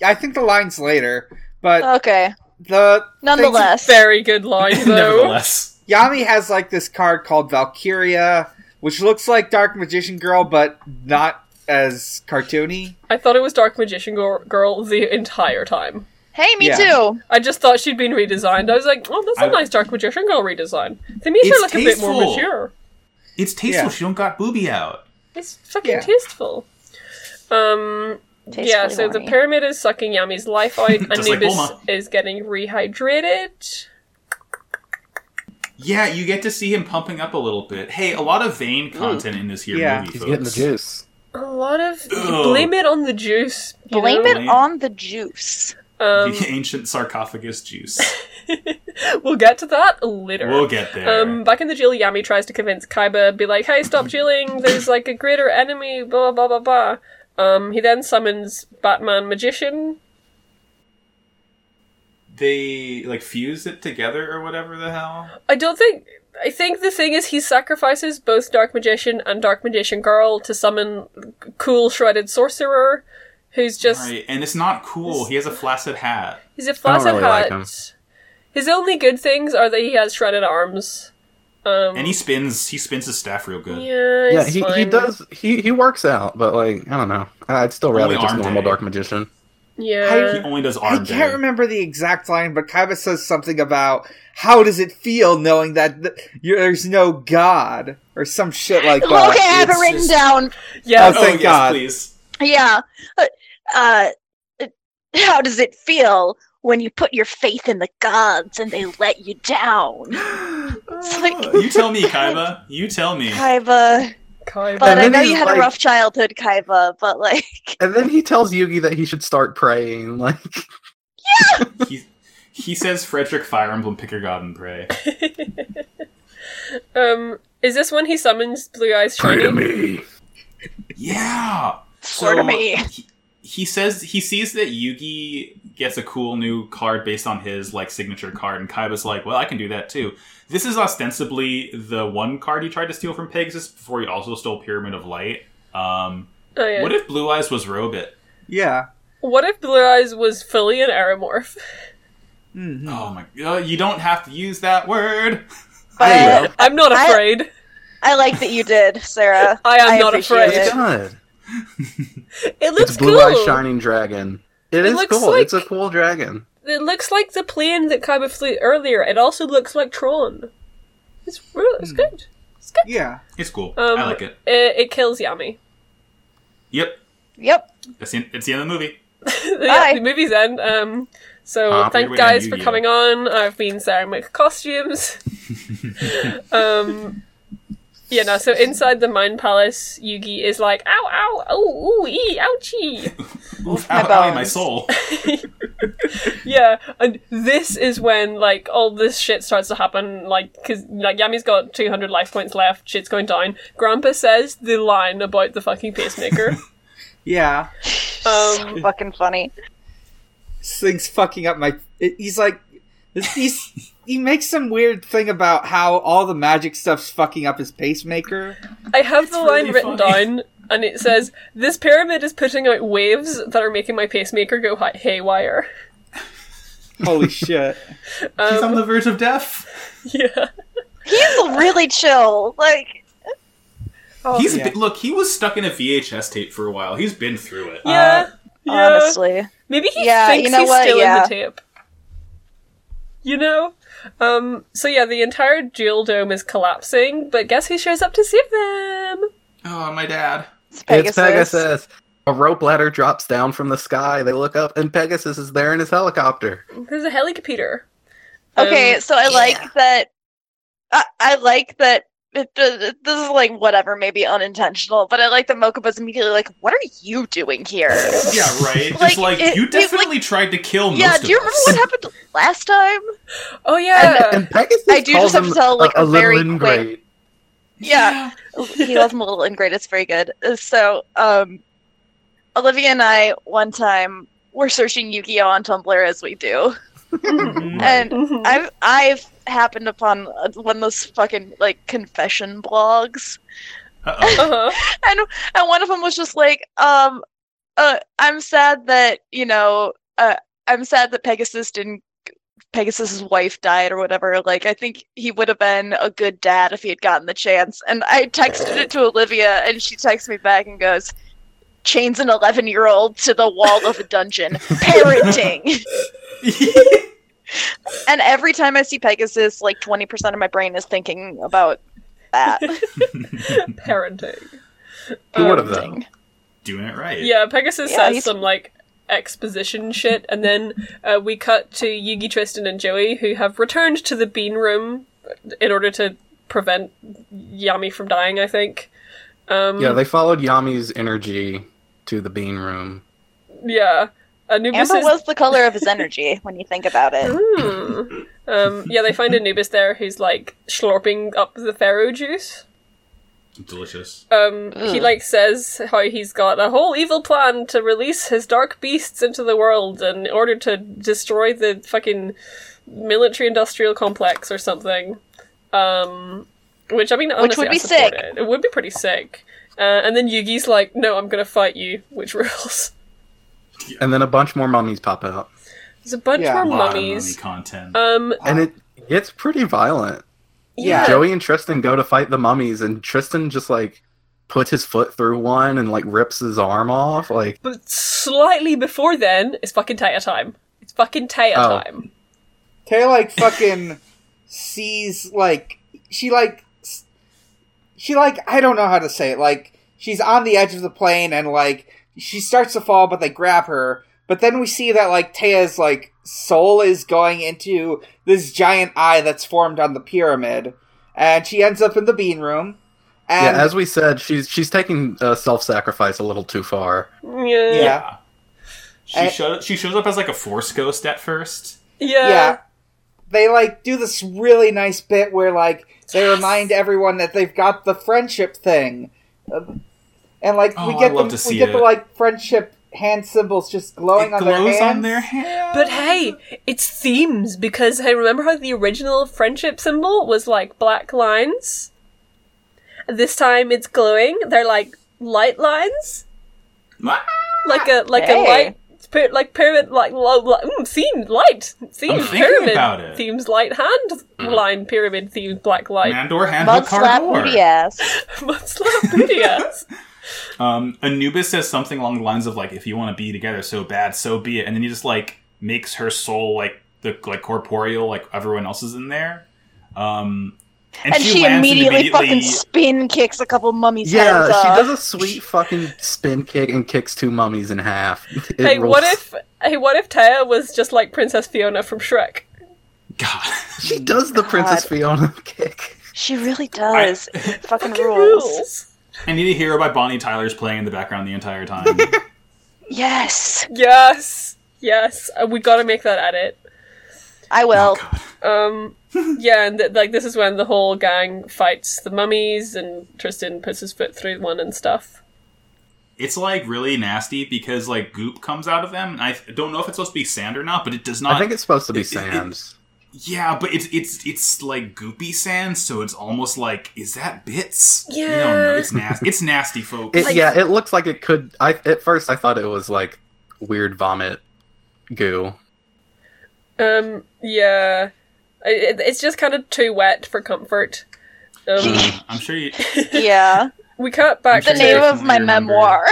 Speaker 1: I think the line's later, but
Speaker 3: Okay.
Speaker 1: the
Speaker 3: Uh, Nonetheless.
Speaker 2: Very good
Speaker 5: *laughs*
Speaker 2: line, though.
Speaker 5: *laughs* Nevertheless,
Speaker 1: Yami has like this card called Valkyria, which looks like Dark Magician Girl, but not as cartoony.
Speaker 2: I thought it was Dark Magician Gir- Girl the entire time.
Speaker 3: Hey, me
Speaker 1: Yeah.
Speaker 3: too.
Speaker 2: I just thought she'd been redesigned. I was like, oh, that's a
Speaker 5: I-
Speaker 2: nice Dark Magician Girl redesign. They made her
Speaker 5: It's
Speaker 2: look a bit more
Speaker 5: tasteful.
Speaker 2: mature.
Speaker 5: it's tasteful.
Speaker 1: Yeah.
Speaker 5: She don't got booby out.
Speaker 2: It's fucking
Speaker 1: Yeah.
Speaker 2: tasteful. Um, yeah, so the
Speaker 3: pair.
Speaker 2: pyramid is sucking Yami's life
Speaker 5: *laughs*
Speaker 2: out.
Speaker 5: Just like
Speaker 2: Anubis
Speaker 5: Bulma.
Speaker 2: is getting rehydrated.
Speaker 5: Yeah, you get to see him pumping up a little bit. Hey, a lot of
Speaker 3: Mm.
Speaker 5: vein content in this here
Speaker 1: Yeah.
Speaker 5: movie,
Speaker 4: He's
Speaker 5: folks.
Speaker 4: getting the juice.
Speaker 2: A lot of
Speaker 5: Ugh.
Speaker 2: blame it on the juice. you
Speaker 3: Blame
Speaker 2: know?
Speaker 3: it on the juice.
Speaker 5: *laughs*
Speaker 2: Um,
Speaker 5: the ancient
Speaker 3: *laughs*
Speaker 5: sarcophagus juice.
Speaker 2: we'll get to that later.
Speaker 5: We'll get there.
Speaker 2: Um, back in the jail, Yami tries to convince Kaiba, be like, hey, stop jailing, there's like a greater enemy, blah, blah, blah, blah. Um, he then summons Batman Magician.
Speaker 5: they like fuse it together or whatever the hell.
Speaker 2: I don't think. I think the thing is, he sacrifices both Dark Magician and Dark Magician Girl to summon cool shredded sorcerer, who's just
Speaker 5: Right, and it's not cool. He has a flaccid hat.
Speaker 2: he's a flaccid
Speaker 4: really like
Speaker 2: hat.
Speaker 4: him.
Speaker 2: His only good things are that he has shredded arms. Um,
Speaker 5: And he spins he spins his staff real good.
Speaker 2: yeah,
Speaker 4: Yeah,
Speaker 2: he's
Speaker 4: he, he
Speaker 2: fine.
Speaker 4: does. He he works out, but like I don't know. I'd still
Speaker 5: Only
Speaker 4: rather just
Speaker 5: arm
Speaker 4: normal
Speaker 5: day.
Speaker 4: dark magician.
Speaker 2: Yeah,
Speaker 5: He only does
Speaker 1: I
Speaker 5: arm
Speaker 1: can't
Speaker 5: day.
Speaker 1: remember the exact line, but Kaiba says something about how does it feel knowing that th- there's no god or some shit like
Speaker 3: Okay,
Speaker 1: that.
Speaker 3: I have it
Speaker 1: It's
Speaker 3: written
Speaker 1: just-
Speaker 3: down.
Speaker 2: yeah.
Speaker 1: Oh, thank
Speaker 5: yes,
Speaker 1: God. *laughs*
Speaker 5: please.
Speaker 3: Yeah. Uh, Uh, how does it feel when you put your faith in the gods and they let you
Speaker 1: *gasps*
Speaker 3: down? It's
Speaker 1: Oh,
Speaker 3: like, uh,
Speaker 5: You tell
Speaker 1: *laughs*
Speaker 5: me, Kaiba. You tell me.
Speaker 3: Kaiva.
Speaker 2: Kaiba.
Speaker 3: But I
Speaker 4: then
Speaker 3: know
Speaker 4: he's
Speaker 3: you had
Speaker 4: like-
Speaker 3: a rough childhood, Kaiva, but like, *laughs*
Speaker 4: And then he tells Yugi that he should start praying. *laughs* Like
Speaker 5: He he says Frederick Fire Emblem Picker God and Pray.
Speaker 2: Um, is this when he summons Blue Eyes Shiny?
Speaker 4: me.
Speaker 5: Yeah.
Speaker 3: swear to me.
Speaker 5: He, he says he sees that Yugi gets a cool new card based on his like signature card, and Kaiba's like, "Well, I can do that too." This is ostensibly the one card he tried to steal from Pegasus before he also stole Pyramid of Light. Um,
Speaker 2: Oh, yeah.
Speaker 5: What if Blue Eyes was Robit?
Speaker 1: Yeah.
Speaker 2: What if Blue Eyes was fully an Aeromorph?
Speaker 1: Mhm.
Speaker 5: Oh my! Uh, you don't have to use that word.
Speaker 4: I
Speaker 3: But
Speaker 4: will.
Speaker 2: I'm not
Speaker 3: I-
Speaker 2: afraid.
Speaker 3: I like that you did, Sarah.
Speaker 2: I am
Speaker 3: I
Speaker 2: not
Speaker 3: appreciate
Speaker 2: afraid.
Speaker 4: It's
Speaker 3: it.
Speaker 4: good.
Speaker 2: It looks
Speaker 4: It's blue
Speaker 2: cool.
Speaker 4: eyed shining dragon.
Speaker 2: It
Speaker 4: it is
Speaker 2: looks
Speaker 4: cool.
Speaker 2: like-
Speaker 4: It's a cool dragon.
Speaker 2: It looks like the plane that Kaiba flew earlier. It also looks like Tron. It's real.
Speaker 4: Hmm.
Speaker 2: It's good.
Speaker 1: Yeah.
Speaker 5: It's cool.
Speaker 2: Um,
Speaker 5: I like it.
Speaker 2: It, it kills Yami.
Speaker 5: Yep,
Speaker 3: Yep.
Speaker 5: that's the, it's the end of the movie.
Speaker 2: *laughs* yeah,
Speaker 3: Bye.
Speaker 2: the movie's end. Um, so
Speaker 4: Ah,
Speaker 2: thank
Speaker 5: we went on
Speaker 2: guys for
Speaker 5: Yu-Gi-Oh.
Speaker 2: coming on. I've been Sarah McCostumes. um, yeah, no. So inside the Mind Palace, Yugi is like, ow, ow, oh, ooh, ee, ouchie.
Speaker 5: Oof,
Speaker 3: my
Speaker 5: ow, ow, my
Speaker 3: bones.
Speaker 5: soul.
Speaker 2: yeah, and this is when like all this shit starts to happen. Like, because like Yami's got two hundred life points left. Shit's going down. Grandpa says the line about the fucking pacemaker.
Speaker 1: Yeah.
Speaker 2: Um,
Speaker 5: *laughs*
Speaker 3: Fucking funny.
Speaker 1: This thing's fucking up my. it- He's like. This, he's, he makes some weird thing about how all the magic stuff's fucking up his pacemaker.
Speaker 2: I have the
Speaker 5: really
Speaker 2: line written
Speaker 5: funny.
Speaker 2: down, and it says, "This pyramid is putting out waves that are making my pacemaker go hi- haywire."
Speaker 1: Holy shit.
Speaker 5: He's
Speaker 2: *laughs*
Speaker 5: on
Speaker 2: Um,
Speaker 5: the verge of death.
Speaker 2: yeah,
Speaker 3: He's really chill. Like,
Speaker 5: He's
Speaker 1: yeah.
Speaker 5: been- look. He was stuck in a VHS tape for a while. He's been through it.
Speaker 2: yeah, yeah.
Speaker 3: honestly.
Speaker 2: Maybe he
Speaker 3: Yeah,
Speaker 2: thinks
Speaker 3: you know
Speaker 2: he's
Speaker 3: what?
Speaker 2: still in
Speaker 3: Yeah.
Speaker 2: the tape. You know? Um, so yeah, the entire jewel dome is collapsing, but guess who shows up to save them?
Speaker 5: Oh, my dad.
Speaker 3: It's
Speaker 4: It's
Speaker 3: Pegasus.
Speaker 4: Pegasus. A rope ladder drops down from the sky. They look up, and Pegasus is there in his helicopter.
Speaker 2: There's a helicopter.
Speaker 3: Okay,
Speaker 2: Um,
Speaker 3: so I like that. I, I like that. It, does- this is like whatever, maybe unintentional, but I like that Mokuba's immediately like, "What are you doing
Speaker 5: *laughs*
Speaker 3: here?"
Speaker 5: Yeah,
Speaker 3: *laughs*
Speaker 5: right.
Speaker 3: Like,
Speaker 5: Just like
Speaker 3: it-
Speaker 5: you
Speaker 3: it, like-
Speaker 5: definitely tried to kill most
Speaker 3: yeah,
Speaker 5: of
Speaker 3: do you remember
Speaker 5: us.
Speaker 3: what happened last time?
Speaker 2: Oh
Speaker 4: And,
Speaker 2: yeah. *laughs*
Speaker 4: and Pegasus
Speaker 3: I do just
Speaker 4: calls
Speaker 3: have to
Speaker 4: him
Speaker 3: tell, like, a
Speaker 4: little
Speaker 3: very
Speaker 4: ingrate.
Speaker 3: Yeah. he was a little ingrate. It's very good. So, um, Olivia and I one time were searching Yu-Gi-Oh on Tumblr as we do,
Speaker 5: Mhm.
Speaker 3: and
Speaker 2: Mhm.
Speaker 3: I've I've happened upon uh, one of those fucking like confession blogs, Uh,
Speaker 5: Uh-oh.
Speaker 2: uh-huh.
Speaker 3: and and one of them was just like, um, uh, I'm sad that you know, uh, I'm sad that Pegasus didn't. Pegasus's wife died or whatever. Like, I think he would have been a good dad if he had gotten the chance. And I texted it to Olivia, and she texts me back and goes, "Chains an eleven-year-old to the wall of a dungeon, parenting." and every time I see Pegasus, like twenty percent of my brain is thinking about that.
Speaker 2: Parenting.
Speaker 4: Who would have
Speaker 2: Um,
Speaker 4: though?
Speaker 5: Doing it right.
Speaker 2: Yeah, Pegasus
Speaker 3: Yeah,
Speaker 2: says
Speaker 3: he's-
Speaker 2: some like exposition shit, and then uh, we cut to Yugi, Tristan, and Joey, who have returned to the bean room in order to prevent Yami from dying. I think. Um,
Speaker 4: Yeah, they followed Yami's energy to the bean room.
Speaker 2: yeah. Anubis
Speaker 3: Amber
Speaker 2: is.
Speaker 3: was the color of his energy when you think about *laughs* it.
Speaker 2: Hmm. Um, yeah, they find Anubis there who's like slurping up the Pharaoh juice.
Speaker 5: Delicious.
Speaker 2: Um, he
Speaker 3: Ugh.
Speaker 2: like says how he's got a whole evil plan to release his dark beasts into the world in order to destroy the fucking military industrial complex or something. Um, which I mean, honestly,
Speaker 3: would be
Speaker 2: I support
Speaker 3: sick.
Speaker 2: It. it would be pretty sick. Uh, and then Yugi's like, "No, I'm gonna fight you," *laughs* which rules.
Speaker 4: And then a bunch more mummies pop out.
Speaker 2: There's a bunch
Speaker 1: Yeah.
Speaker 2: more
Speaker 5: A lot of mummy
Speaker 2: mummies.
Speaker 5: content.
Speaker 3: Uh,
Speaker 2: Um,
Speaker 4: And it gets pretty violent.
Speaker 1: Yeah.
Speaker 4: Joey and Tristan go to fight the mummies, and Tristan just like puts his foot through one and like rips his arm off. Like,
Speaker 2: But slightly before then, it's fucking Taya time. It's fucking Taya
Speaker 4: Oh.
Speaker 2: time.
Speaker 1: Taylor like fucking sees like she like s- she like I don't know how to say it. Like she's on the edge of the plane and like she starts to fall, but they grab her. But then we see that like Taya's like soul is going into this giant eye that's formed on the pyramid, and she ends up in the bean room. And
Speaker 4: yeah, as we said, she's she's taking uh, self sacrifice a little too far.
Speaker 2: Yeah.
Speaker 1: yeah.
Speaker 5: She,
Speaker 1: I-
Speaker 5: showed, she shows up as like a force ghost at first.
Speaker 2: Yeah.
Speaker 1: yeah. They like do this really nice bit where like they remind everyone that they've got the friendship thing, Uh, and like we
Speaker 5: Oh,
Speaker 1: get
Speaker 5: I love
Speaker 1: the,
Speaker 5: to
Speaker 1: we
Speaker 5: see
Speaker 1: get the
Speaker 5: it.
Speaker 1: like friendship hand symbols just glowing
Speaker 5: it
Speaker 1: on
Speaker 5: glows
Speaker 1: their hands.
Speaker 5: on their hand.
Speaker 3: Oh
Speaker 2: But hey, it's themes because hey, remember how the original friendship symbol was like black lines? This time it's glowing. They're like light lines,
Speaker 5: Ah!
Speaker 2: like a like a
Speaker 3: Hey.
Speaker 2: light. py- Like pyramid, like low, like, mm, themed light, themed
Speaker 5: thinking
Speaker 2: pyramid,
Speaker 5: about it. Mm.
Speaker 2: themes light hand line pyramid themed black *laughs* light,
Speaker 5: Mandor hand
Speaker 3: Mud
Speaker 5: Mud
Speaker 3: slap booty ass.
Speaker 2: mudslap booty
Speaker 5: *laughs*
Speaker 2: ass.
Speaker 5: Um, Anubis says something along the lines of like, "If you want to be together so bad, so be it." And then he just like makes her soul like the like corporeal, like everyone else is in there. Um, and,
Speaker 3: And, she,
Speaker 5: lands and
Speaker 3: immediately, fucking spin kicks a couple mummies
Speaker 4: yeah,
Speaker 3: heads
Speaker 4: she
Speaker 3: off.
Speaker 4: does a sweet fucking spin kick and kicks two mummies in half. *laughs* It
Speaker 2: Hey, what
Speaker 4: rules.
Speaker 2: if hey, what if Taya was just like Princess Fiona from Shrek?
Speaker 5: God,
Speaker 4: *laughs* she does the Princess
Speaker 3: God.
Speaker 4: Fiona *laughs* kick?
Speaker 3: She *laughs* really does.
Speaker 5: I-
Speaker 3: It fucking
Speaker 2: Fucking
Speaker 3: rules.
Speaker 2: rules.
Speaker 5: I need a hero by Bonnie Tyler's playing in the background the entire time.
Speaker 3: Yes.
Speaker 2: Yes. Yes, uh, we gotta make that edit.
Speaker 3: I *laughs* will.
Speaker 5: Oh, God.
Speaker 2: Um, yeah, and th- like this is when the whole gang fights the mummies, and Tristan puts his foot through one and stuff.
Speaker 5: It's like really nasty because like goop comes out of them. And I don't know if it's supposed to be sand or not, but it does not.
Speaker 4: I think it's supposed to be
Speaker 5: It- it- it-
Speaker 4: sand.
Speaker 5: yeah, but it's it's it's like goopy sand, so it's almost like is that bits? You don't
Speaker 2: Yeah.
Speaker 5: know. It's nasty. It's nasty, folks.
Speaker 4: It, yeah, it looks like it could. I at first I thought it was like weird vomit goo.
Speaker 2: Um, yeah, I- it, it's just kind of too wet for comfort. Um,
Speaker 3: *laughs*
Speaker 5: Uh, I'm sure you.
Speaker 3: Yeah.
Speaker 2: we cut back
Speaker 3: The
Speaker 5: Sure,
Speaker 3: name
Speaker 2: to
Speaker 5: if
Speaker 3: of my
Speaker 5: you
Speaker 3: *laughs*
Speaker 5: remember.
Speaker 3: memoir.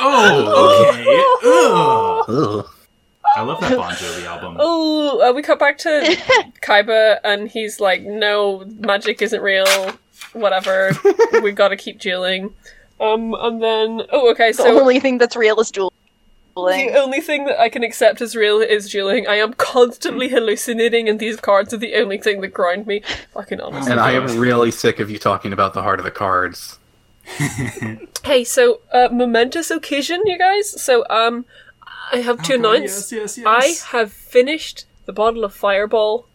Speaker 5: Oh, okay. Ugh.
Speaker 4: Ugh.
Speaker 5: I love that Bon Jovi album.
Speaker 2: oh, uh, we cut back to
Speaker 3: *laughs*
Speaker 2: Kaiba, and he's like, "No, magic isn't real.
Speaker 3: *laughs*
Speaker 2: Whatever, we got to keep dueling." Um, and then oh, okay,
Speaker 3: The
Speaker 2: so
Speaker 3: only thing that's real is dueling.
Speaker 2: The only thing that I can accept as real is dueling. I am constantly hallucinating, and these cards are the only thing that grind me. Fucking
Speaker 5: Oh
Speaker 2: honest.
Speaker 4: And I am really sick of you talking about the heart of the cards.
Speaker 5: Oh.
Speaker 2: Hey, so uh, momentous occasion, you guys. So um, I have to announce
Speaker 5: Oh, Yes, yes, yes.
Speaker 2: I have finished the bottle of Fireball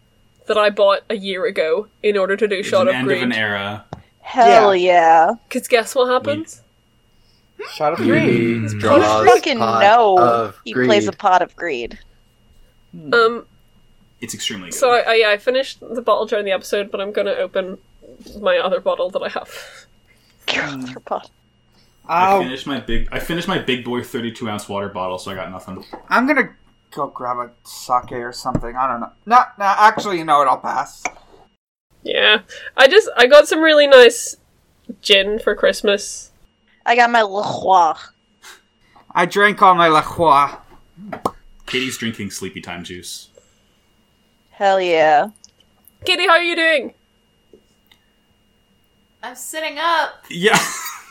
Speaker 2: that I bought a year ago in order to do
Speaker 5: It's
Speaker 2: shot up
Speaker 5: an end of an
Speaker 2: green.
Speaker 5: era.
Speaker 3: Hell yeah.
Speaker 2: Because guess what happens?
Speaker 1: Shot up green.
Speaker 4: Greed
Speaker 3: You
Speaker 4: draws
Speaker 3: fucking
Speaker 4: pot
Speaker 3: know
Speaker 4: of
Speaker 3: he plays a
Speaker 4: greed.
Speaker 3: pot of greed.
Speaker 2: Um,
Speaker 5: It's extremely good.
Speaker 2: so I, I, yeah, I finished the bottle during the episode, but I'm gonna open my other bottle that I have.
Speaker 3: Your other pot.
Speaker 5: I
Speaker 1: I'll,
Speaker 5: finished my big. I finished my big boy thirty-two ounce water bottle, so I got nothing.
Speaker 1: I'm gonna go grab a sake or something. I don't know. No, no. Actually, you know what? I'll pass.
Speaker 2: Yeah. I just I got some really nice gin for Christmas.
Speaker 3: I got my Lehua.
Speaker 1: I drank all my LaCroix.
Speaker 5: Katie's drinking sleepy time juice.
Speaker 3: Hell yeah.
Speaker 2: Kitty, how are you doing?
Speaker 6: I'm sitting up.
Speaker 5: Yeah,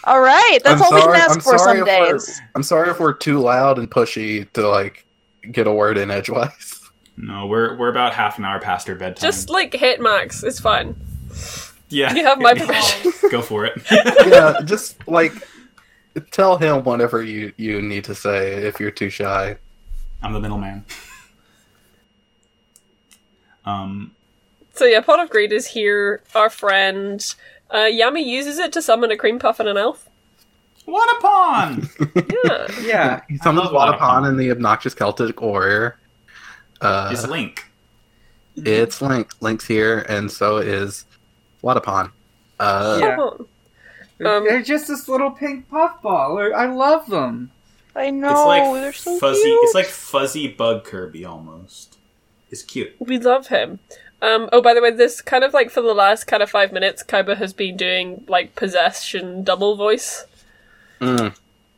Speaker 3: All right, that's
Speaker 4: I'm
Speaker 3: all we can
Speaker 4: sorry-
Speaker 3: ask
Speaker 4: I'm
Speaker 3: for
Speaker 4: sorry
Speaker 3: some
Speaker 4: if we're-
Speaker 3: days.
Speaker 4: I'm sorry if we're too loud and pushy to like get a word in
Speaker 3: *laughs*
Speaker 4: edgewise.
Speaker 5: no, we're we're about half an hour past her bedtime.
Speaker 2: Just like hit max, it's fine.
Speaker 5: yeah,
Speaker 2: You
Speaker 5: *laughs*
Speaker 2: have my permission.
Speaker 5: Go for it. *laughs*
Speaker 4: yeah, just like tell him whatever you you need to say if you're too shy.
Speaker 5: I'm the middleman. Um,
Speaker 2: so yeah, Pot of Greed is here, our friend. Uh, Yami uses it to summon a cream puff and an elf.
Speaker 5: what a pawn!
Speaker 2: Yeah.
Speaker 1: *laughs* Yeah.
Speaker 4: He
Speaker 5: I
Speaker 4: summons
Speaker 5: love Water Pond.
Speaker 4: Wadapon and the obnoxious Celtic warrior. Uh,
Speaker 5: Is Link?
Speaker 4: it's Link. Link's here, and so is Wadapon. Uh,
Speaker 1: Yeah.
Speaker 2: Come on.
Speaker 1: They're-
Speaker 2: Um,
Speaker 1: they're just this little pink puffball. I I love them.
Speaker 3: I know
Speaker 5: it's like
Speaker 3: they're so
Speaker 5: fuzzy.
Speaker 3: cute.
Speaker 5: It's like fuzzy bug Kirby almost. It's cute.
Speaker 2: We love him. Um, oh, by the way, this kind of like for the last kind of five minutes, Kaiba has been doing like possession double voice.
Speaker 4: mm,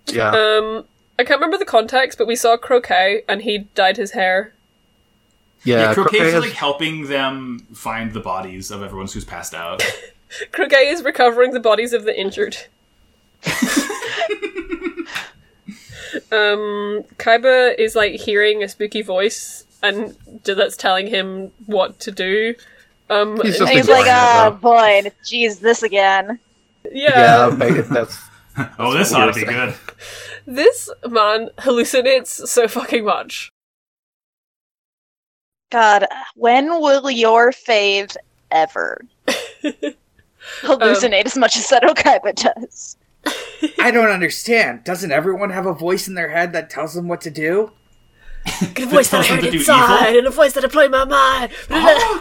Speaker 4: yeah.
Speaker 2: Um, I can't remember the context, but we saw Croquet and he dyed his hair.
Speaker 4: Yeah.
Speaker 5: Yeah, Croquet's
Speaker 4: Croquet has-
Speaker 5: like helping them find the bodies of everyone who's passed out.
Speaker 2: Croquet is recovering the bodies of the *laughs* injured. um, Kaiba is like hearing a spooky voice, and d- that's telling him what to do. Um,
Speaker 4: He's
Speaker 3: And
Speaker 4: just
Speaker 3: he's
Speaker 4: ignoring
Speaker 3: like,
Speaker 4: it,
Speaker 3: ah,
Speaker 4: though.
Speaker 3: boy, and geez, this again.
Speaker 4: yeah,
Speaker 2: yeah,
Speaker 4: ba- that's
Speaker 5: oh, this
Speaker 4: what
Speaker 5: ought
Speaker 4: we
Speaker 5: to
Speaker 4: were
Speaker 5: be
Speaker 4: saying.
Speaker 5: good.
Speaker 2: this man hallucinates so fucking much.
Speaker 3: God, when will your fave *laughs* ever hallucinate as much as Seto Kaiba does?
Speaker 1: I don't understand. Doesn't everyone have a voice in their head that tells them what to do?
Speaker 2: Get a
Speaker 5: That voice that I tells him heard to do inside
Speaker 2: and a voice that I play my mind.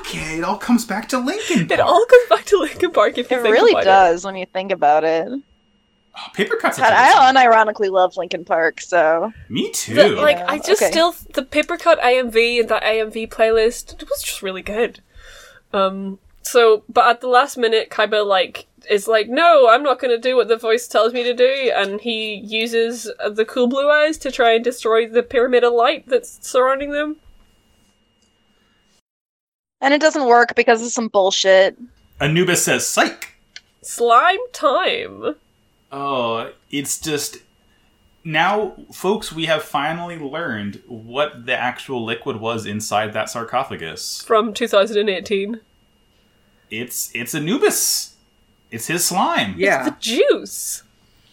Speaker 5: okay, it all comes back to Lincoln.
Speaker 2: It all goes back to Linkin Park if
Speaker 3: It
Speaker 2: you think
Speaker 3: really
Speaker 2: about
Speaker 3: does when you think about it.
Speaker 5: Uh, Paper cuts.
Speaker 3: God, I unironically love Linkin Park, so
Speaker 5: Me too.
Speaker 2: The- like
Speaker 3: Yeah,
Speaker 2: I just
Speaker 3: okay.
Speaker 2: still the papercut AMV and that AMV playlist it was just really good. Um so but at the last minute Kaiba like is like no I'm not going to do what the voice tells me to do and he uses uh, the cool blue eyes to try and destroy the pyramid of light that's surrounding them.
Speaker 3: and it doesn't work because of some bullshit.
Speaker 5: Anubis says, "Psych."
Speaker 2: Slime time.
Speaker 5: Oh, it's just now, folks. We have finally learned what the actual liquid was inside that sarcophagus.
Speaker 2: from 2018.
Speaker 5: It's it's Anubis. It's his slime.
Speaker 1: Yeah.
Speaker 2: The juice.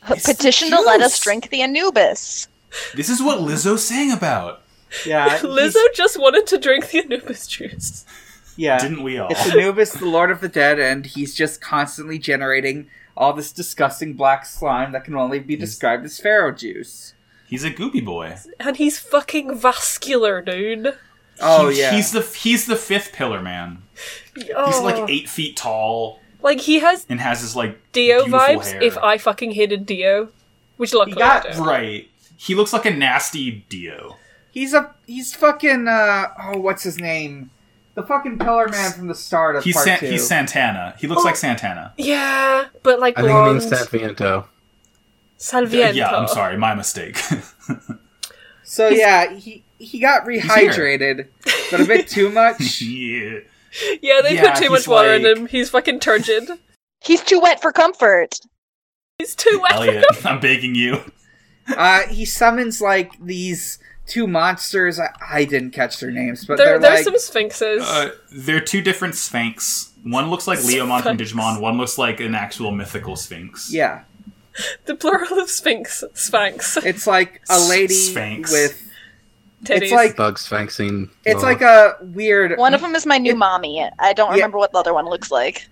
Speaker 5: It's
Speaker 3: Petition to let us
Speaker 5: juice.
Speaker 3: drink the Anubis.
Speaker 5: This is what Lizzo sang about.
Speaker 2: *laughs*
Speaker 1: Yeah, he's-
Speaker 2: Lizzo just wanted to drink the Anubis juice.
Speaker 1: Yeah,
Speaker 5: Didn't we all?
Speaker 1: It's Anubis, the Lord of the Dead, and he's just constantly generating all this disgusting black slime that can only be described as pharaoh juice.
Speaker 5: He's a goopy boy.
Speaker 2: And he's fucking vascular, dude.
Speaker 1: Oh
Speaker 5: He-
Speaker 1: yeah,
Speaker 5: He's the he's the fifth pillar man. He's
Speaker 2: Oh.
Speaker 5: like eight feet tall
Speaker 2: Like, he has
Speaker 5: and has his like
Speaker 2: Dio
Speaker 5: beautiful
Speaker 2: vibes
Speaker 5: hair.
Speaker 2: if I fucking hated Dio. Which luckily
Speaker 1: got
Speaker 2: I don't.
Speaker 5: right. He looks like a nasty Dio.
Speaker 1: he's a he's fucking uh oh what's his name? The fucking Pillar Man from the start of
Speaker 5: He's
Speaker 1: part
Speaker 5: San-
Speaker 1: two.
Speaker 5: he's Santana. He looks
Speaker 2: Oh.
Speaker 5: like Santana.
Speaker 2: Yeah, but like
Speaker 4: I think it
Speaker 2: blonde.
Speaker 4: means Sapiento.
Speaker 2: Salviento.
Speaker 5: Yeah, I'm sorry, my mistake. *laughs*
Speaker 1: so yeah, he he got rehydrated, but a bit too *laughs* much.
Speaker 2: *laughs*
Speaker 5: yeah.
Speaker 2: Yeah, they
Speaker 5: Yeah,
Speaker 2: put too
Speaker 5: he's
Speaker 2: much water in
Speaker 5: like-
Speaker 2: him. He's fucking turgid.
Speaker 3: He's too wet for comfort.
Speaker 2: He's too wet.
Speaker 5: Elliot, I'm begging you.
Speaker 1: uh, he summons like these two monsters. I, I didn't catch their names, but
Speaker 2: *laughs*
Speaker 1: they're
Speaker 2: There, there's
Speaker 1: like
Speaker 2: some sphinxes.
Speaker 5: Uh, they're two different Sphinx. One looks like Leomon from
Speaker 2: Sphinx.
Speaker 5: Digimon. One looks like an actual mythical Sphinx.
Speaker 1: yeah.
Speaker 2: the plural of sphinx, sphinx.
Speaker 1: It's like a lady
Speaker 5: Sphinx.
Speaker 1: with
Speaker 2: Titties.
Speaker 1: it's like
Speaker 4: Bug Sphinxing.
Speaker 1: it's like a weird.
Speaker 3: One of them is my new mommy. I don't
Speaker 1: Yeah.
Speaker 3: remember what the other one looks like.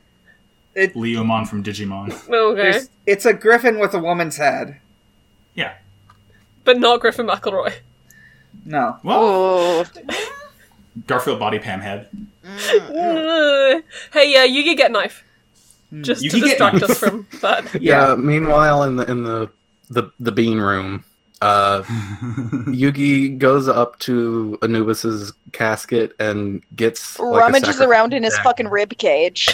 Speaker 1: it,
Speaker 5: Leomon from
Speaker 2: *laughs*
Speaker 5: Digimon.
Speaker 2: okay,
Speaker 1: there's- it's a griffin with a woman's head.
Speaker 5: Yeah.
Speaker 2: but not Griffin
Speaker 1: *laughs*
Speaker 2: McElroy.
Speaker 1: No,
Speaker 5: Well,
Speaker 3: Oh,
Speaker 5: Garfield body
Speaker 1: *laughs*
Speaker 5: Pam head.
Speaker 2: Ugh. hey, yeah, you could get knife. Just
Speaker 1: Hmm.
Speaker 5: You
Speaker 2: to
Speaker 5: could get
Speaker 2: distract
Speaker 5: knife.
Speaker 2: us
Speaker 5: *laughs*
Speaker 2: from that.
Speaker 1: yeah,
Speaker 4: yeah. meanwhile, in the in the the, the bean room, uh, Yugi goes up to Anubis's casket and gets like, a
Speaker 3: rummages
Speaker 4: sacrifice
Speaker 3: around in his
Speaker 4: jack.
Speaker 3: fucking rib cage.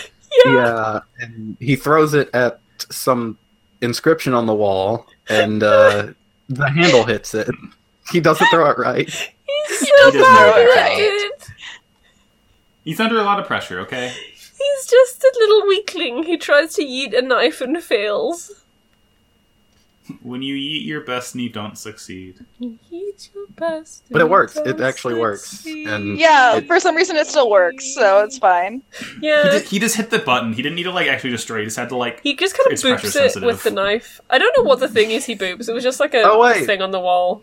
Speaker 4: Yeah, and he throws it at some inscription on the wall, and
Speaker 3: *laughs*
Speaker 4: uh, the handle hits it. He doesn't throw it right.
Speaker 3: *laughs*
Speaker 2: He's so
Speaker 5: doesn't know
Speaker 2: bad
Speaker 3: that
Speaker 2: at
Speaker 3: kind
Speaker 2: it.
Speaker 5: He's under a lot of pressure, okay?
Speaker 2: He's just a little weakling who tries to eat a knife and fails.
Speaker 5: When you eat your best and you don't succeed.
Speaker 2: Eat your best.
Speaker 4: But it
Speaker 2: and
Speaker 4: works. It
Speaker 2: don't
Speaker 4: actually works.
Speaker 2: succeed.
Speaker 4: And
Speaker 3: Yeah,
Speaker 4: *laughs* It-
Speaker 3: for some reason it still works, so it's fine.
Speaker 5: He
Speaker 2: yeah,
Speaker 5: just, he just hit the button. He didn't need to like actually destroy. it. He just had to like.
Speaker 2: He just kind of
Speaker 5: It's
Speaker 2: boops it
Speaker 5: pressure
Speaker 2: with
Speaker 5: sensitive.
Speaker 2: the knife. I don't know what the thing is he boops. It was just like a
Speaker 4: Oh, wait.
Speaker 2: thing on the wall.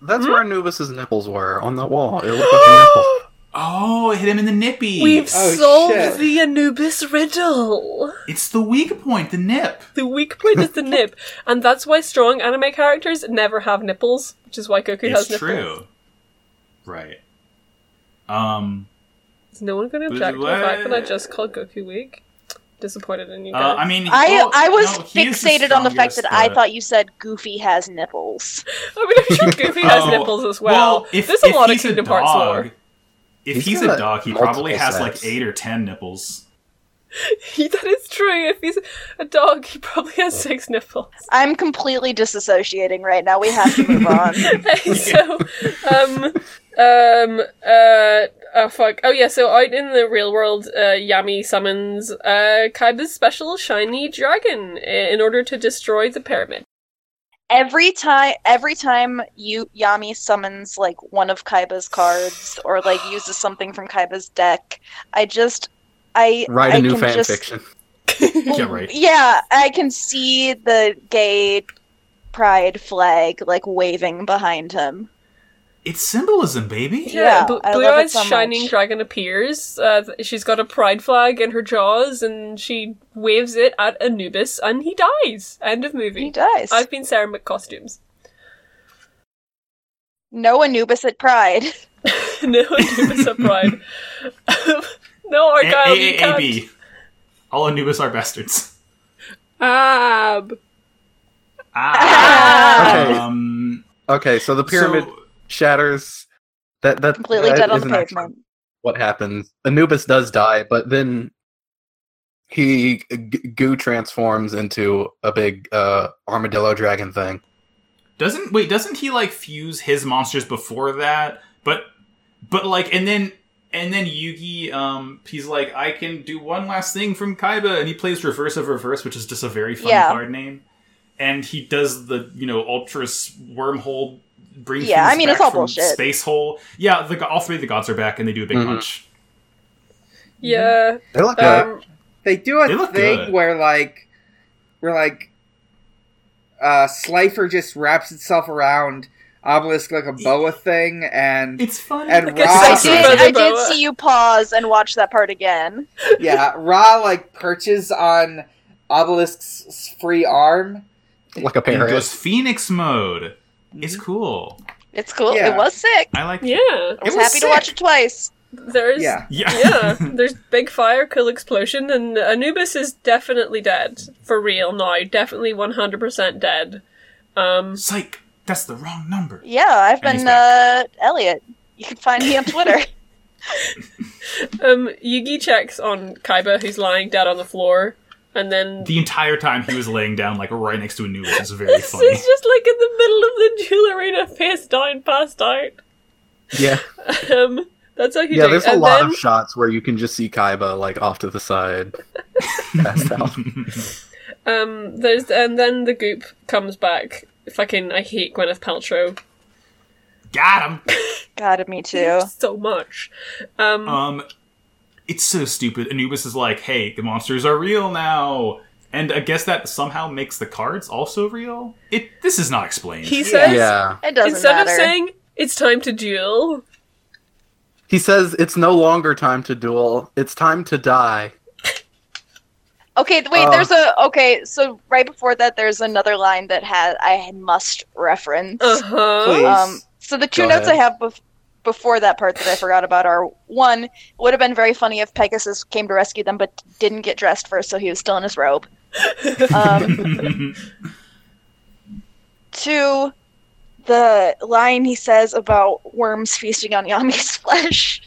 Speaker 4: that's where Anubis's nipples were on the wall. It looked like
Speaker 3: *gasps*
Speaker 4: a nipple.
Speaker 5: Oh, it hit him in the nippy.
Speaker 2: We've
Speaker 1: Oh,
Speaker 2: solved
Speaker 1: shit.
Speaker 2: the Anubis riddle.
Speaker 5: It's the weak point, the nip.
Speaker 2: The weak point
Speaker 5: *laughs*
Speaker 2: is the nip, and that's why strong anime characters never have nipples, which is why Goku has
Speaker 5: it's
Speaker 2: nipples.
Speaker 5: true. Right. Um.
Speaker 2: Is no one going to
Speaker 5: But
Speaker 2: object to the fact that I
Speaker 5: what-
Speaker 2: just called Goku weak? Disappointed in you guys.
Speaker 5: Uh, I mean,
Speaker 3: I
Speaker 5: oh,
Speaker 3: I was
Speaker 5: no, he is
Speaker 3: fixated on the fact
Speaker 5: strongest,
Speaker 3: that I
Speaker 5: but-
Speaker 3: thought you said Goofy has nipples.
Speaker 2: *laughs* I mean, I'm sure Goofy has
Speaker 5: Oh,
Speaker 2: nipples as well. There's a lot of Kingdom Hearts lore.
Speaker 5: If
Speaker 4: He's
Speaker 5: he's,
Speaker 4: got
Speaker 5: a dog, he
Speaker 4: multiple
Speaker 5: probably has like
Speaker 4: sets.
Speaker 5: eight or
Speaker 3: *laughs*
Speaker 5: ten nipples.
Speaker 2: *laughs* that is true. If he's a dog, he probably has six nipples.
Speaker 3: I'm completely disassociating right now. We have to move
Speaker 4: *laughs*
Speaker 3: on.
Speaker 2: Hey, so, um, um, uh, oh fuck. Oh yeah, so out in the real world, uh, Yami summons, uh, Kaiba's special shiny dragon i- in order to destroy the pyramid.
Speaker 3: Every time, every time you Yami summons like one of Kaiba's cards or like uses something from Kaiba's deck, I just, I
Speaker 4: Write
Speaker 3: I
Speaker 4: a new
Speaker 3: can
Speaker 4: fan
Speaker 3: just-
Speaker 4: fiction.
Speaker 5: Yeah, right.
Speaker 3: Yeah, I can see the gay pride flag like waving behind him.
Speaker 5: It's symbolism, baby.
Speaker 3: Yeah,
Speaker 2: Bl-
Speaker 3: I
Speaker 2: Blue
Speaker 3: love it
Speaker 2: Eyes
Speaker 3: so much.
Speaker 2: shining dragon appears. Uh, th- she's got a pride flag in her jaws and she waves it at Anubis and he dies. End of
Speaker 3: He
Speaker 2: movie.
Speaker 3: does.
Speaker 2: I've been Sarah McCostumes.
Speaker 3: No Anubis at Pride. *laughs*
Speaker 2: *laughs* no Anubis of pride. Um, no
Speaker 5: A-
Speaker 2: Argyle, Oh you
Speaker 5: A- A-
Speaker 2: can't.
Speaker 5: AB. All Anubis
Speaker 3: *laughs*
Speaker 5: are bastards.
Speaker 2: Ab.
Speaker 5: Ah.
Speaker 4: Okay.
Speaker 5: Um,
Speaker 4: Okay, so the pyramid
Speaker 5: so-
Speaker 4: shatters. That that
Speaker 3: Completely
Speaker 4: that
Speaker 3: dead on the
Speaker 4: isn't actually
Speaker 3: pavement.
Speaker 4: What happens? Anubis does die, but then he g- goo transforms into a big uh, armadillo dragon thing.
Speaker 5: Doesn't wait? Doesn't he like fuse his monsters before that? But but like and then and then Yugi um he's like I can do one last thing from Kaiba and he plays Reverse of Reverse, which is just a very fun
Speaker 3: Yeah.
Speaker 5: card name. And he does the you know Ultra s- Wormhole bring
Speaker 3: Yeah,
Speaker 5: things
Speaker 3: I mean, it's
Speaker 5: back
Speaker 3: all
Speaker 5: from
Speaker 3: bullshit.
Speaker 5: Space hole. Yeah, the, go- all three of the gods are back and they do a big
Speaker 4: Mhm.
Speaker 5: punch.
Speaker 2: Yeah.
Speaker 4: They look good.
Speaker 2: Um,
Speaker 1: they do a
Speaker 5: They look
Speaker 1: thing
Speaker 5: good.
Speaker 1: where like where like uh, Slifer just wraps itself around obelisk like a boa thing,
Speaker 2: *laughs*
Speaker 1: and
Speaker 5: It's fun.
Speaker 1: And
Speaker 5: Like,
Speaker 1: Ra-
Speaker 5: it's
Speaker 3: I
Speaker 5: so
Speaker 3: did.
Speaker 5: fun.
Speaker 3: I did
Speaker 2: Boa.
Speaker 3: see you pause and watch that part again.
Speaker 1: yeah, Ra like perches on obelisk's free arm.
Speaker 4: like a
Speaker 5: And it
Speaker 4: parrot.
Speaker 5: goes Phoenix mode.
Speaker 1: Mm-hmm.
Speaker 5: It's cool.
Speaker 3: It's cool.
Speaker 1: Yeah.
Speaker 3: It was sick.
Speaker 5: I like.
Speaker 2: Yeah,
Speaker 3: I was,
Speaker 1: It was
Speaker 3: happy to watch
Speaker 1: sick.
Speaker 3: it twice.
Speaker 2: there's
Speaker 1: Yeah.
Speaker 5: *laughs* Yeah.
Speaker 4: *laughs*
Speaker 2: yeah, there's big fire, cool explosion, and Anubis is definitely dead for real now. Definitely 100% dead. Um,
Speaker 5: *laughs* Psych. That's the wrong number.
Speaker 3: Yeah, I've
Speaker 5: And he's
Speaker 3: been uh, Elliot. You can find me
Speaker 1: *laughs*
Speaker 3: on Twitter.
Speaker 2: um, Yugi checks on Kaiba, who's lying dead on the floor, and *laughs* then
Speaker 5: The entire time he was laying down, like right next to a noodle,
Speaker 2: *laughs*
Speaker 5: it's very
Speaker 2: this
Speaker 5: funny. *laughs*
Speaker 2: is just like in the middle of the duel arena, face down, *laughs* passed out.
Speaker 4: *laughs* yeah,
Speaker 2: Um, that's how he
Speaker 4: yeah.
Speaker 2: did.
Speaker 4: There's a
Speaker 2: and
Speaker 4: lot
Speaker 2: then,
Speaker 4: of shots where you can just see Kaiba like off to
Speaker 2: *laughs*
Speaker 4: the side, passed out.
Speaker 2: Um, there's and then the goop comes back. Fucking, I hate Gwyneth Paltrow
Speaker 5: Got him.
Speaker 3: God, me too.
Speaker 2: so much. Um,
Speaker 5: Um, it's so stupid. Anubis is like, "Hey, the monsters are real now," and I guess that somehow makes the cards also real. It this is not explained.
Speaker 2: he
Speaker 5: *laughs*
Speaker 2: says
Speaker 4: *laughs* Yeah,
Speaker 3: It doesn't
Speaker 2: instead
Speaker 3: matter.
Speaker 2: of saying it's time to duel,
Speaker 4: he says it's no longer time to duel. It's time to die.
Speaker 3: okay, th- wait.
Speaker 4: Uh.
Speaker 3: there's a okay. So right before that, there's another line that had I must reference.
Speaker 2: uh huh.
Speaker 1: Please.
Speaker 3: Um, so the two
Speaker 4: Go
Speaker 3: notes
Speaker 4: ahead.
Speaker 3: I have bef- before that part that I forgot about are one, it would have been very funny if Pegasus came to rescue them but didn't get dressed first, so he was still in
Speaker 1: *laughs*
Speaker 3: his robe. Um,
Speaker 5: Oh,
Speaker 3: two, the line he says about worms feasting on Yami's *laughs* flesh,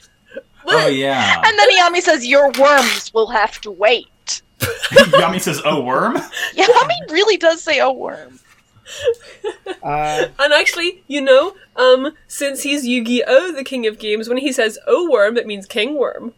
Speaker 5: oh yeah.
Speaker 3: and then Yami says, "Your worms will have to wait." *laughs*
Speaker 5: Yami says,
Speaker 2: *laughs*
Speaker 5: "Oh worm."
Speaker 3: Yami really does say, "Oh worm."
Speaker 1: Uh,
Speaker 2: And actually, you know, um, since he's Yu-Gi-Oh, the King of Games, when he says "Oh Worm," it means King Worm.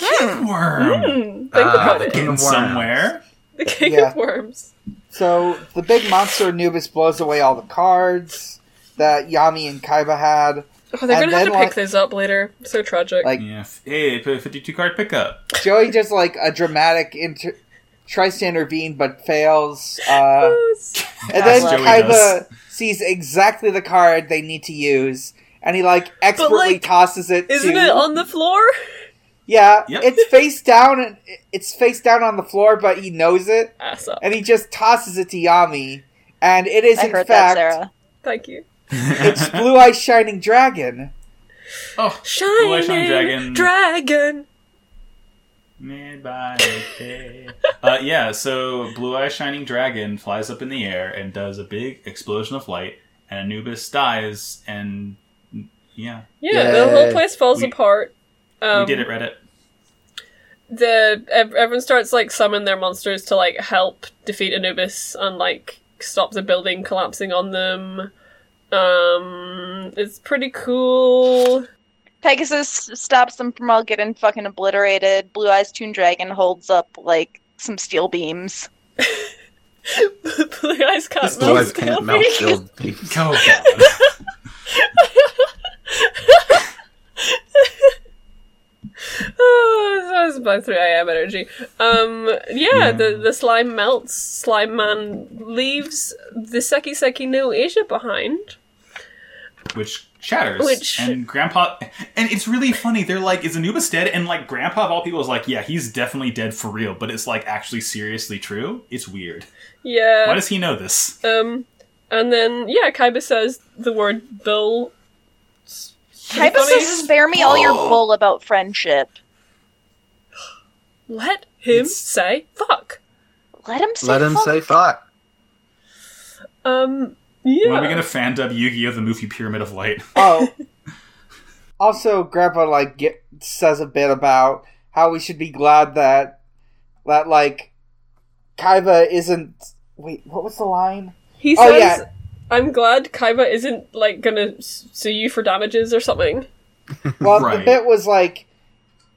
Speaker 5: Worm.
Speaker 2: Hmm, think
Speaker 4: Ah,
Speaker 2: about
Speaker 4: the
Speaker 2: it.
Speaker 4: King
Speaker 5: Getting
Speaker 4: of Worms.
Speaker 5: somewhere.
Speaker 2: The King
Speaker 1: Yeah.
Speaker 2: of Worms.
Speaker 1: so the big monster Anubis blows away all the cards that Yami and Kaiba had.
Speaker 2: Oh, they're
Speaker 1: And
Speaker 2: gonna have to
Speaker 1: then,
Speaker 2: pick
Speaker 1: like-
Speaker 2: those up later. So tragic.
Speaker 1: Like-
Speaker 5: Yeah. f- Hey, put a fifty-two card
Speaker 1: *laughs*
Speaker 5: pickup. *laughs*
Speaker 1: Joey does like a dramatic inter- tries to intervene but fails. Uh,
Speaker 2: Yes.
Speaker 1: And then
Speaker 3: As
Speaker 5: Joey
Speaker 1: Kaiba
Speaker 5: does.
Speaker 1: sees exactly the card they need to use, and he like expertly
Speaker 2: like,
Speaker 1: tosses it.
Speaker 2: Isn't
Speaker 1: to,
Speaker 2: it on the floor?
Speaker 1: Yeah,
Speaker 5: Yep.
Speaker 1: it's face down. And it's face down on the floor, but he knows it,
Speaker 2: Ass up.
Speaker 1: and he just tosses it to Yami, and it is
Speaker 3: I
Speaker 1: in
Speaker 3: heard that,
Speaker 1: fact
Speaker 3: Sarah.
Speaker 2: Thank you.
Speaker 5: *laughs*
Speaker 1: it's Blue Eyes Shining Dragon.
Speaker 5: oh,
Speaker 2: Shining
Speaker 5: Dragon.
Speaker 2: dragon. dragon.
Speaker 5: made by day. uh, yeah. So blue eyes shining dragon flies up in the air and does a big explosion of light, and Anubis dies. And yeah,
Speaker 2: Yeah, the whole
Speaker 1: Yay.
Speaker 2: place falls
Speaker 5: We-
Speaker 2: apart. Um,
Speaker 5: we did it, Reddit.
Speaker 2: the ev- everyone starts like summon their monsters to like help defeat Anubis and like stop the building collapsing on them. Um, it's pretty cool. *laughs*
Speaker 3: Pegasus stops them from all getting fucking obliterated. Blue Eyes Toon Dragon holds up like some steel beams.
Speaker 2: Blue eyes can't
Speaker 4: This
Speaker 2: melt
Speaker 4: boy's can't
Speaker 2: steel
Speaker 4: melt
Speaker 2: beams.
Speaker 4: shield. beams.
Speaker 5: *laughs* Go.
Speaker 2: *laughs* Oh, this was my 3 a.m. energy. Um, yeah, The, the slime melts. Slime Man leaves the Seki Seki no Asia behind.
Speaker 5: which shatters.
Speaker 2: Which-
Speaker 5: and Grandpa and it's really funny. They're like, "Is Anubis dead?" And like Grandpa of all people is like, "Yeah, he's definitely dead for real." But it's like actually seriously true. It's weird.
Speaker 2: Yeah.
Speaker 5: Why does he know this?
Speaker 2: Um, and then yeah, Kaiba says the word "bill."
Speaker 3: Kaiba
Speaker 2: funny.
Speaker 3: says, "Spare me all
Speaker 5: *gasps*
Speaker 3: your bull about friendship.
Speaker 2: Let him
Speaker 5: It's-
Speaker 2: say "fuck."
Speaker 3: Let him say
Speaker 4: Let him
Speaker 3: fuck.
Speaker 4: say fuck.
Speaker 2: Um, yeah.
Speaker 5: When are we gonna fan dub Yu-Gi-Oh! the movie Pyramid of Light? *laughs*
Speaker 1: Oh, *laughs* also Grandpa like get, says a bit about how we should be glad that that like Kaiba isn't. Wait, what was the line?
Speaker 2: he
Speaker 1: Oh,
Speaker 2: says,
Speaker 1: yeah.
Speaker 2: "I'm glad Kaiba isn't like gonna s- sue you for damages or something."
Speaker 1: Well, the
Speaker 5: Right.
Speaker 1: bit was like,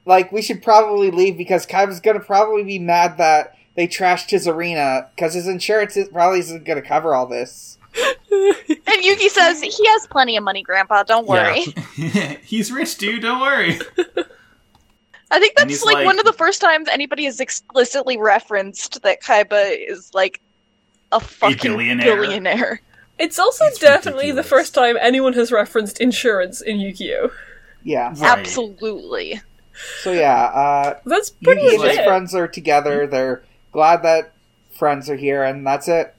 Speaker 1: like we should probably leave because Kaiba's gonna probably be mad that they trashed his arena because his insurance is, probably isn't gonna cover all this.
Speaker 3: And Yugi says, "He has plenty of money, Grandpa. Don't
Speaker 5: *laughs*
Speaker 3: worry."
Speaker 5: he's rich, dude. Don't worry.
Speaker 3: I think
Speaker 5: And
Speaker 3: that's
Speaker 5: he's
Speaker 3: like,
Speaker 5: like-
Speaker 3: one of the first times anybody has explicitly referenced that Kaiba is like a fucking
Speaker 5: billionaire.
Speaker 3: billionaire.
Speaker 2: It's also
Speaker 5: It's
Speaker 2: definitely the
Speaker 5: ridiculous.
Speaker 2: first time anyone has referenced insurance in Yu-Gi-Oh.
Speaker 1: Yeah.
Speaker 5: Right.
Speaker 3: Absolutely.
Speaker 1: So yeah, uh,
Speaker 2: That's *laughs* pretty
Speaker 1: Yugi and
Speaker 2: legit.
Speaker 1: his friends are together. They're glad that friends are here, and that's it.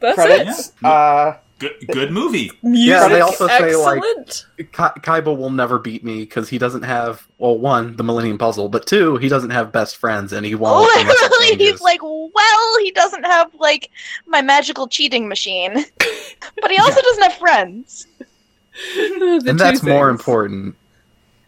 Speaker 2: That's it.
Speaker 1: Credits.
Speaker 5: Yeah.
Speaker 1: Uh,
Speaker 5: Good, good movie.
Speaker 2: Music,
Speaker 1: Yeah, they
Speaker 4: also say, like-
Speaker 2: excellent.
Speaker 4: Ka- Kaiba will never beat me because he doesn't have well one the Millennium Puzzle, but two he doesn't have best friends, and he won't.
Speaker 2: Oh,
Speaker 4: unless
Speaker 2: *laughs*
Speaker 3: *laughs*
Speaker 4: it
Speaker 3: Literally, Oh, he's
Speaker 4: changes.
Speaker 3: like, well, he doesn't have like my magical cheating
Speaker 5: *laughs*
Speaker 3: machine, but he also doesn't have friends.
Speaker 2: The
Speaker 4: and
Speaker 2: two
Speaker 4: that's more
Speaker 2: things.
Speaker 4: important.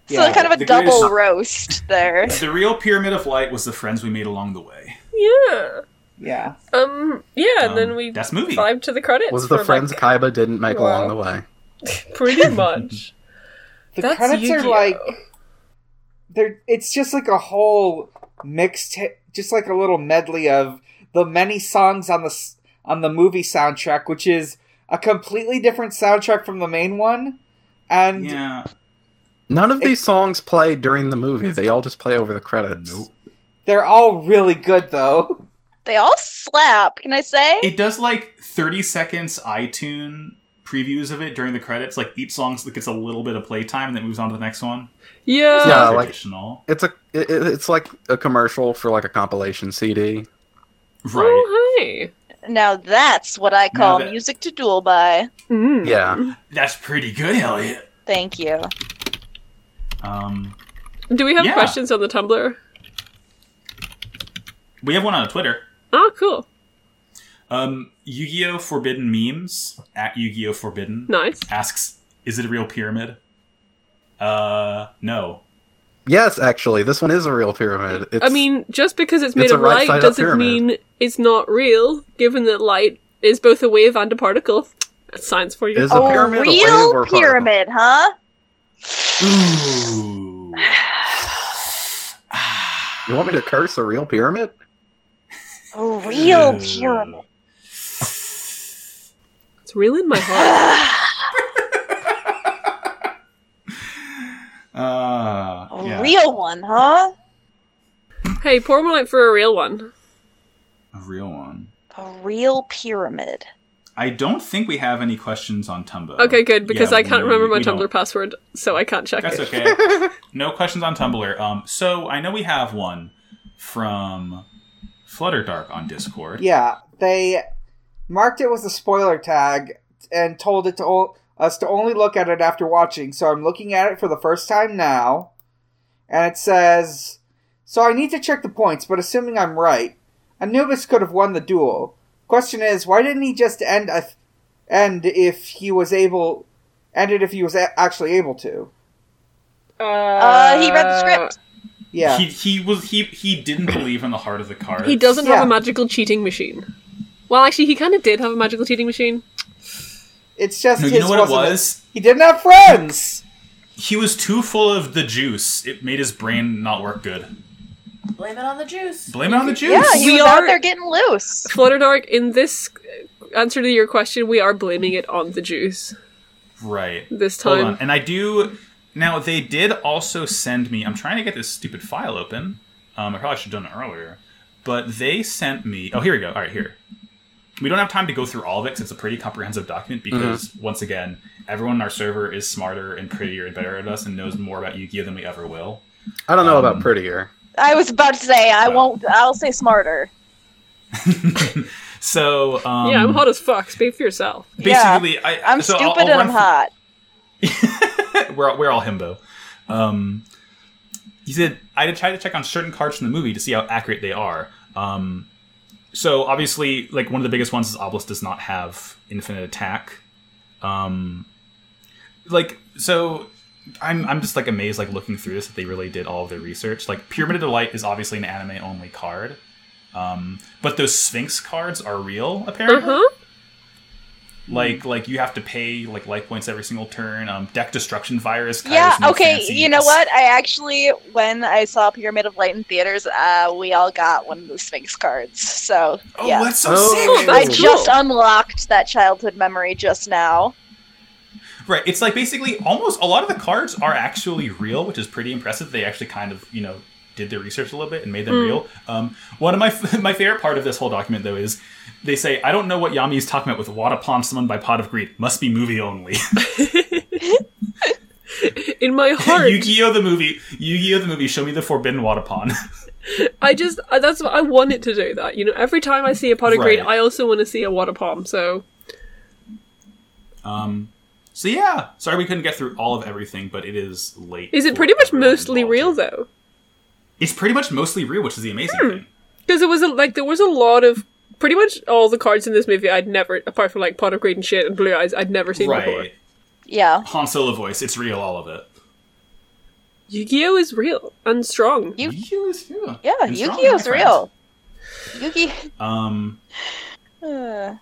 Speaker 3: So
Speaker 1: Yeah,
Speaker 3: kind of a
Speaker 5: the
Speaker 3: double
Speaker 5: greatest-
Speaker 3: roast there.
Speaker 5: The real Pyramid of Light was the friends we made along the way.
Speaker 2: Yeah.
Speaker 1: yeah.
Speaker 2: Um. Yeah,
Speaker 5: Um,
Speaker 2: and then we
Speaker 5: that's movie.
Speaker 2: vibe to the credits.
Speaker 4: Was the
Speaker 2: for,
Speaker 4: friends
Speaker 2: like,
Speaker 4: Kaiba didn't make
Speaker 2: Wow.
Speaker 4: along the way?
Speaker 2: pretty much.
Speaker 1: The
Speaker 2: That's
Speaker 1: credits are
Speaker 2: Yu-Gi-Oh.
Speaker 1: like they're. It's just like a whole mixed, just like a little medley of the many songs on the s- on the movie soundtrack, which is a completely different soundtrack from the main one, and
Speaker 2: *laughs*
Speaker 5: Yeah.
Speaker 4: None of these songs play during the movie. They all just play over the credits.
Speaker 5: Nope.
Speaker 1: they're all really good though. *laughs*
Speaker 3: They all slap. Can I say?
Speaker 5: It does like 30 seconds iTunes previews of it during the credits. Like each song gets a little bit of playtime and then moves on to the next one.
Speaker 2: Yeah.
Speaker 4: Yeah. like-
Speaker 5: Traditional.
Speaker 4: It's a it, it- it's like a commercial for like a compilation CD.
Speaker 5: Right.
Speaker 2: Oh hey.
Speaker 3: Now that's what I
Speaker 5: Now
Speaker 3: call
Speaker 5: that-
Speaker 3: music to duel by.
Speaker 2: Mm.
Speaker 4: Yeah,
Speaker 5: That's pretty good, Elliot.
Speaker 3: Thank you.
Speaker 5: Um,
Speaker 2: Do we have
Speaker 5: Yeah.
Speaker 2: questions on the Tumblr?
Speaker 5: we have one on Twitter.
Speaker 2: Oh, cool.
Speaker 5: Um, Yu-Gi-Oh! Forbidden Memes at Yu-Gi-Oh! Forbidden
Speaker 2: Nice.
Speaker 5: asks, "Is it a real pyramid?" Uh, no.
Speaker 4: yes, actually, this one is a real pyramid. It's,
Speaker 2: I mean, just because it's made
Speaker 4: it's a
Speaker 2: of
Speaker 4: right
Speaker 2: light
Speaker 4: side up
Speaker 2: doesn't
Speaker 4: pyramid.
Speaker 2: mean it's not real, given that light is both a wave and a particle. That's science for you.
Speaker 4: Is The
Speaker 3: Oh,
Speaker 4: pyramid, the wave,
Speaker 3: real
Speaker 4: or particle?
Speaker 3: pyramid, huh?
Speaker 5: Ooh. *sighs*
Speaker 4: you want me to curse a real pyramid?
Speaker 3: A *sighs* real
Speaker 5: Ew.
Speaker 3: pyramid. *sighs*
Speaker 2: It's real in my
Speaker 3: *laughs*
Speaker 2: heart.
Speaker 5: Uh,
Speaker 3: A
Speaker 5: yeah.
Speaker 3: real one, huh?
Speaker 2: hey, pour more light for a real one.
Speaker 5: a real one.
Speaker 3: A real pyramid.
Speaker 5: I don't think we have any questions on Tumblr.
Speaker 2: Okay, good, because
Speaker 5: Uh, Yeah,
Speaker 2: I can't
Speaker 5: we-
Speaker 2: remember my
Speaker 5: we
Speaker 2: Tumblr
Speaker 5: don't.
Speaker 2: password, so I can't check
Speaker 5: That's
Speaker 2: it.
Speaker 5: okay.
Speaker 2: *laughs*
Speaker 5: no questions on Tumblr. Um, so I know we have one from Flutterdark on Discord.
Speaker 1: Yeah, they marked it with a spoiler tag and told it to o- us to only look at it after watching. So I'm looking at it for the first time now, and it says, "So I need to check the points, but assuming I'm right, Anubis could have won the duel. Question is, why didn't he just end if end if he was able end it if he was a- actually able to?
Speaker 2: Uh,
Speaker 3: Uh, he read the script. *laughs*
Speaker 1: Yeah,
Speaker 5: He he was he he didn't believe in the heart of the cards.
Speaker 2: He doesn't
Speaker 1: Yeah.
Speaker 2: have a magical cheating machine. Well, actually, he kind of did have a magical cheating machine.
Speaker 1: it's just
Speaker 5: No,
Speaker 1: his
Speaker 5: you know what it
Speaker 1: wasn't
Speaker 5: was?
Speaker 1: He didn't have friends.
Speaker 5: He was too full of the juice. It made his brain not work good.
Speaker 6: Blame it on the juice.
Speaker 5: Blame it on the juice.
Speaker 3: Yeah, he
Speaker 2: We
Speaker 3: was
Speaker 2: are-
Speaker 3: out there getting loose.
Speaker 2: Flutterdark, in this uh, answer to your question, we are blaming it on the Jews
Speaker 5: Right.
Speaker 2: this
Speaker 5: Hold on.
Speaker 2: time.
Speaker 5: And I do now they did also send me I'm trying to get this stupid file open. Um I probably should have done it earlier. But they sent me Oh here we go. Alright, here. We don't have time to go through all of it 'cause it's a pretty comprehensive document because once again, everyone in our server is smarter and prettier and better at us and knows more about Yu-Gi-Oh! than we ever will.
Speaker 4: I don't know
Speaker 5: Um,
Speaker 2: *laughs*
Speaker 4: about prettier.
Speaker 3: I was about to say I
Speaker 5: Well.
Speaker 3: won't. I'll say smarter.
Speaker 5: So um,
Speaker 2: yeah, I'm hot as fuck. Speak for
Speaker 5: *laughs*
Speaker 2: yourself.
Speaker 3: Yeah.
Speaker 5: Basically, I,
Speaker 3: I'm
Speaker 5: so I'll-
Speaker 3: stupid
Speaker 5: I'll
Speaker 3: and
Speaker 5: run
Speaker 3: I'm
Speaker 5: through-
Speaker 3: hot.
Speaker 5: *laughs* we're all, we're all himbo. Um, he said, I did try to check on certain cards from the movie to see how accurate they are. Um, so obviously, like one of the biggest ones is Obelisk does not have infinite attack. Um, like so, I'm I'm just like amazed, like looking through this that they really did all of their research. Like Pyramid of Delight is obviously an anime only card. Um, but those Sphinx cards are real, apparently
Speaker 2: Uh huh.
Speaker 5: like like you have to pay like life points every single turn um deck destruction virus Kairos
Speaker 3: Yeah.
Speaker 5: new
Speaker 3: okay.
Speaker 5: fancy-
Speaker 3: You know what? I actually, when I saw Pyramid of Light in theaters, uh, we all got one of the Sphinx cards. So
Speaker 5: oh
Speaker 3: yeah,
Speaker 5: that's so
Speaker 4: Oh.
Speaker 5: sick
Speaker 2: That's
Speaker 3: *laughs* I
Speaker 2: cool.
Speaker 3: just unlocked that childhood memory just now.
Speaker 5: right it's like basically almost a lot of the cards are actually real which is pretty impressive they actually kind of you know did their research a little bit and
Speaker 3: Hmm.
Speaker 5: made them real. Um, one of my *laughs* my favorite part of this whole document though is they say I don't know what Yami is talking about with Wada Palm summoned by Pot of Greed. Must be movie only. *laughs*
Speaker 2: In my heart,
Speaker 5: Yu-Gi-Oh the movie. Yu-Gi-Oh the movie. Show me the forbidden Wada Palm. *laughs*
Speaker 2: I just I- that's what I want it to do. That you know, every time I see a pot of green,
Speaker 5: Right.
Speaker 2: I also want to see a water palm. So
Speaker 5: um, so yeah, sorry we couldn't get through all of everything, but it is late.
Speaker 2: is it
Speaker 5: for
Speaker 2: pretty much
Speaker 5: everyone
Speaker 2: mostly
Speaker 5: involved
Speaker 2: real
Speaker 5: here.
Speaker 2: though? Hmm.
Speaker 5: It's pretty much mostly real, which is the amazing thing.
Speaker 2: Because it was a, like there was a lot of pretty much all the cards in this movie I'd never, apart from like pot of green and shit and blue eyes, I'd never seen before.
Speaker 5: Right,
Speaker 3: Yeah.
Speaker 5: Han Solo voice. It's real, all of it.
Speaker 2: Yu-Gi-Oh is real and strong.
Speaker 3: You-
Speaker 5: Yu-Gi-Oh is real.
Speaker 3: Yeah,
Speaker 5: It's
Speaker 3: Yu
Speaker 5: wrong,
Speaker 3: Gi Oh's
Speaker 5: my friends.
Speaker 3: real. Yugi, *sighs*
Speaker 5: Um,
Speaker 3: uh,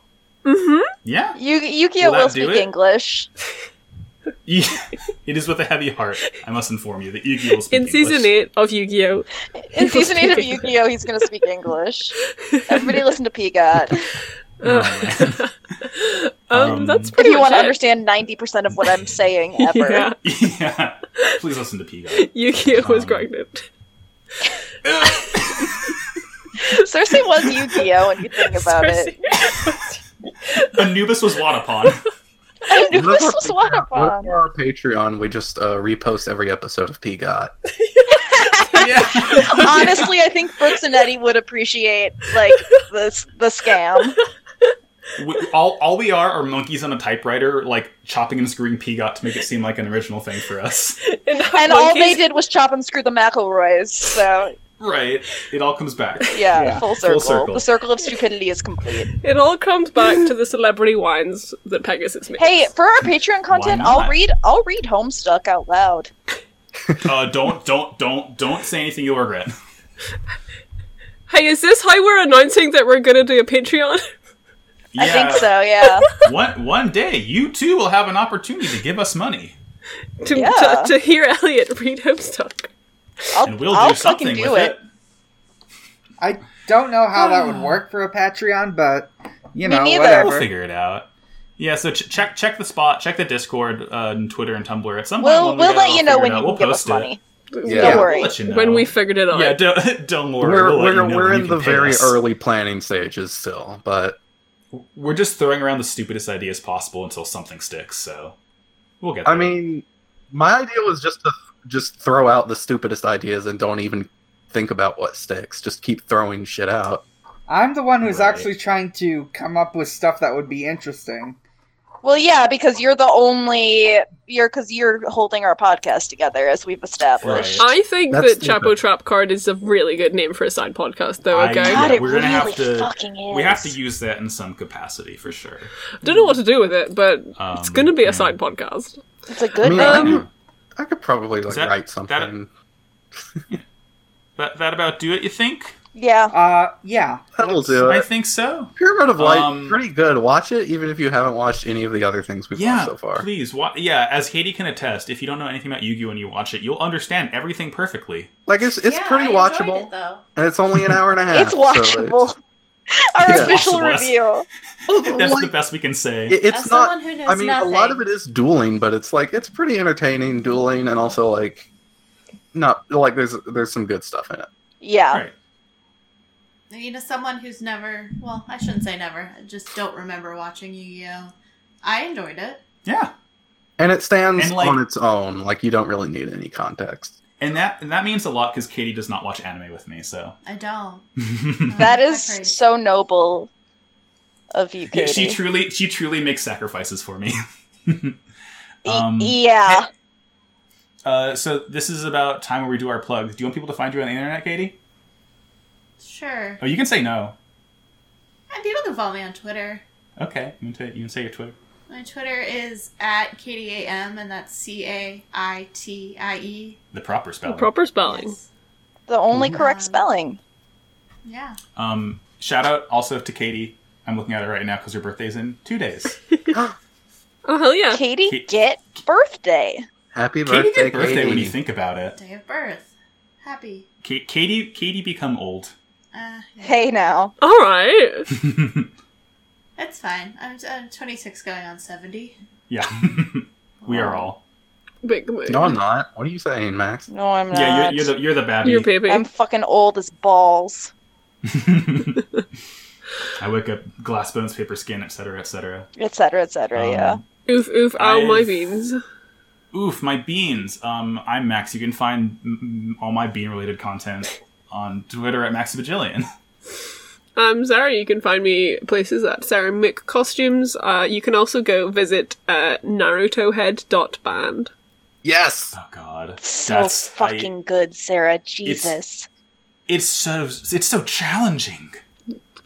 Speaker 2: hmm
Speaker 5: yeah. *laughs*
Speaker 3: Yu Gi Oh
Speaker 5: Will that
Speaker 3: will
Speaker 5: do
Speaker 3: speak
Speaker 5: it?
Speaker 3: English.
Speaker 5: Yeah, it is with a heavy heart. I must inform you that Yu-Gi-Oh! will speak
Speaker 2: In season
Speaker 5: English.
Speaker 2: eight of Yu-Gi-Oh,
Speaker 3: In
Speaker 2: He will
Speaker 3: season eight of
Speaker 2: speak
Speaker 3: Yu Gi Oh, he's gonna speak English. Everybody, listen to Peacock
Speaker 5: Oh, man.
Speaker 2: um,
Speaker 5: Um,
Speaker 2: that's
Speaker 3: if
Speaker 2: pretty
Speaker 3: you
Speaker 2: much
Speaker 3: want to
Speaker 2: it.
Speaker 3: understand ninety percent of what I'm saying ever.
Speaker 2: Yeah,
Speaker 5: *laughs* yeah, please listen to Pigo.
Speaker 2: Yu-Gi-Oh was
Speaker 5: Um,
Speaker 2: pregnant.
Speaker 3: Cersei was Yu Gi Oh, when you
Speaker 2: *laughs*
Speaker 3: think about it.
Speaker 5: Anubis was Wadapon.
Speaker 3: I knew this was one of
Speaker 4: *laughs* Look
Speaker 3: them.
Speaker 4: for our Patreon. We just uh, repost every episode of Peagot.
Speaker 5: yeah,
Speaker 3: Honestly, I think Brooks and Eddie would appreciate like this the scam.
Speaker 5: we, all, all we are are monkeys on a typewriter, like chopping and screwing Pigot to make it seem like an original thing for us. *laughs*
Speaker 2: and how
Speaker 3: And all they
Speaker 2: monkeys-
Speaker 3: did was chop and screw the McElroys. So
Speaker 5: Right? It all
Speaker 2: *laughs*
Speaker 5: comes back.
Speaker 3: yeah,
Speaker 1: Yeah,
Speaker 3: full,
Speaker 5: full
Speaker 3: circle.
Speaker 5: circle.
Speaker 3: The circle of stupidity is complete.
Speaker 2: It all comes back to the celebrity wines that Pegasus makes.
Speaker 3: Hey, for our Patreon content,
Speaker 5: not?
Speaker 3: I'll read I'll read Homestuck out loud.
Speaker 5: Uh, don't, don't, don't, don't say anything you'll regret.
Speaker 2: Hey, is this how we're announcing that we're gonna do a Patreon? *laughs*
Speaker 5: Yeah,
Speaker 3: I think so,
Speaker 5: *laughs*
Speaker 3: yeah.
Speaker 5: One, one day, you too will have an opportunity to give us money.
Speaker 2: to,
Speaker 3: Yeah.
Speaker 2: to, to hear Elliot read Homestuck.
Speaker 3: I'll,
Speaker 5: And we'll
Speaker 3: I'll
Speaker 5: do something
Speaker 3: fucking
Speaker 5: with
Speaker 3: do it.
Speaker 1: I don't know how that
Speaker 3: *sighs*
Speaker 1: would work for a Patreon, but you
Speaker 3: Me
Speaker 1: know,
Speaker 3: neither.
Speaker 5: We'll
Speaker 1: whatever.
Speaker 5: figure it out. Yeah, so ch- check check the spot, check the Discord, uh, and Twitter and Tumblr. At some point,
Speaker 3: We'll
Speaker 5: when
Speaker 3: we'll
Speaker 5: we get it
Speaker 3: let
Speaker 5: all
Speaker 3: you know
Speaker 5: figured
Speaker 3: when
Speaker 5: out,
Speaker 3: you
Speaker 5: we'll
Speaker 3: can give us
Speaker 5: post it.
Speaker 3: money.
Speaker 4: Yeah.
Speaker 3: Don't
Speaker 5: We'll
Speaker 3: worry.
Speaker 5: let you know.
Speaker 2: When we figured it out.
Speaker 5: yeah, don't, *laughs* don't worry.
Speaker 4: We're
Speaker 5: we'll let
Speaker 4: we're,
Speaker 5: you know
Speaker 4: we're
Speaker 5: when
Speaker 4: in
Speaker 5: you
Speaker 4: the
Speaker 5: can pay
Speaker 4: very
Speaker 5: us.
Speaker 4: early planning stages still, but
Speaker 5: We're just throwing around the stupidest ideas possible until something sticks. So we'll get. There.
Speaker 4: I mean, my idea was just to just throw out the stupidest ideas and don't even think about what sticks. Just keep throwing shit out.
Speaker 1: I'm the one who's
Speaker 5: Right.
Speaker 1: actually trying to come up with stuff that would be interesting.
Speaker 3: Well, yeah, because you're the only you're because you're holding our podcast together as we've established.
Speaker 5: Right.
Speaker 2: I think
Speaker 4: That's
Speaker 2: that
Speaker 4: stupid.
Speaker 2: Chapo Trap Card is a really good name for a side podcast, though.
Speaker 5: I-
Speaker 2: Okay, I,
Speaker 3: God,
Speaker 5: Yeah,
Speaker 3: it
Speaker 5: we're
Speaker 3: really
Speaker 5: gonna have to-
Speaker 3: fucking is.
Speaker 5: we have to use that in some capacity for sure.
Speaker 2: don't know what to do with it, but
Speaker 5: Um,
Speaker 2: it's gonna be
Speaker 5: yeah.
Speaker 2: a side podcast.
Speaker 3: It's a
Speaker 4: I
Speaker 3: good
Speaker 4: mean,
Speaker 3: name.
Speaker 4: I,
Speaker 2: Um,
Speaker 3: *clears throat*
Speaker 4: could, I could probably like
Speaker 5: that-
Speaker 4: write something.
Speaker 5: That that about do it. You think?
Speaker 3: yeah.
Speaker 1: Uh, yeah.
Speaker 4: That'll do
Speaker 5: I
Speaker 4: it.
Speaker 5: think so.
Speaker 4: Pyramid of Light,
Speaker 5: Um,
Speaker 4: pretty good. Watch it, even if you haven't watched any of the other things we've
Speaker 5: Yeah,
Speaker 4: watched so far.
Speaker 5: please. Wa- yeah, as Haiti can attest, if you don't know anything about Yu-Gi-Oh and you watch it, you'll understand everything perfectly.
Speaker 4: Like it's it's
Speaker 6: Yeah, I
Speaker 4: pretty
Speaker 6: enjoyed
Speaker 4: watchable,
Speaker 6: It, though.
Speaker 4: and it's only an
Speaker 6: *laughs*
Speaker 4: hour and a half.
Speaker 3: It's watchable. *laughs* Our
Speaker 4: It's
Speaker 3: official
Speaker 5: watchable.
Speaker 3: review.
Speaker 4: So it's
Speaker 5: That's
Speaker 4: like,
Speaker 5: the best we can say.
Speaker 4: it- it's
Speaker 6: As
Speaker 4: not.
Speaker 6: someone who knows
Speaker 4: I mean,
Speaker 6: nothing,
Speaker 4: a lot of it is dueling, but it's like it's pretty entertaining dueling, and also like not like there's there's some good stuff in it.
Speaker 3: Yeah.
Speaker 5: Right.
Speaker 6: I mean, as someone who's never, well, I shouldn't say never, I just don't remember watching Yu Gi Oh! I enjoyed it.
Speaker 5: Yeah.
Speaker 4: And it stands
Speaker 5: And, like-
Speaker 4: on its own. Like you don't really need any context.
Speaker 5: And that and that means a lot because Katie does not watch anime with me, so *laughs*
Speaker 3: *laughs*
Speaker 6: I don't. Um,
Speaker 3: That
Speaker 6: I'm
Speaker 3: is
Speaker 6: crazy.
Speaker 3: so noble of you,
Speaker 5: Yeah,
Speaker 3: Katie.
Speaker 5: she truly she truly makes sacrifices for me. *laughs* um,
Speaker 3: yeah.
Speaker 5: uh, so this is about time where we do our plugs. Do you want people to find you on the internet, Katie?
Speaker 6: Sure.
Speaker 5: Oh, you can say no.
Speaker 6: And people can follow me on Twitter.
Speaker 5: Okay, you can, t- you can say your Twitter.
Speaker 6: My Twitter is at KDAM, and that's C A I T I E.
Speaker 5: The proper spelling.
Speaker 2: Proper spelling.
Speaker 6: Yes.
Speaker 3: The only correct
Speaker 6: Yeah.
Speaker 3: spelling.
Speaker 6: Yeah.
Speaker 5: um, shout out also to Katie. I'm looking at it right now because her birthday's in
Speaker 4: *laughs*
Speaker 5: two days.
Speaker 2: Oh hell yeah!
Speaker 3: Katie,
Speaker 5: Ki-
Speaker 3: get birthday.
Speaker 4: Happy
Speaker 5: Katie
Speaker 4: birthday,
Speaker 5: did birthday
Speaker 4: Katie.
Speaker 5: when you think about it.
Speaker 6: Day of birth. Happy.
Speaker 5: Ka- Katie Katie become old.
Speaker 6: Uh, yeah.
Speaker 3: Hey now.
Speaker 2: All right,
Speaker 6: It's fine. I'm, I'm 26 going on 70.
Speaker 5: Yeah, *laughs* we are all.
Speaker 2: Big Moon.
Speaker 4: No, I'm not. What are you saying, Max?
Speaker 3: No, I'm not.
Speaker 5: Yeah, you're, you're the you're the baby.
Speaker 2: Your baby.
Speaker 3: I'm fucking old as balls.
Speaker 5: *laughs* I wake up glass bones, paper skin, etc., etc.
Speaker 3: Etc. Etc.
Speaker 5: Um,
Speaker 3: yeah.
Speaker 2: oof, oof, ow, my
Speaker 5: I've-
Speaker 2: beans.
Speaker 5: Oof, my beans. Um, I'm Max. You can find mm, all my bean related content on Twitter at MaxVigilian.
Speaker 2: I'm Um, Zara. You can find me places at Sarah Mick Costumes. Uh, you can also go visit uh, NarutoHead.band.
Speaker 4: Yes.
Speaker 5: *laughs* Oh God,
Speaker 3: So
Speaker 5: That's- I-
Speaker 3: fucking good, Sarah. Jesus.
Speaker 5: it's so it's so challenging.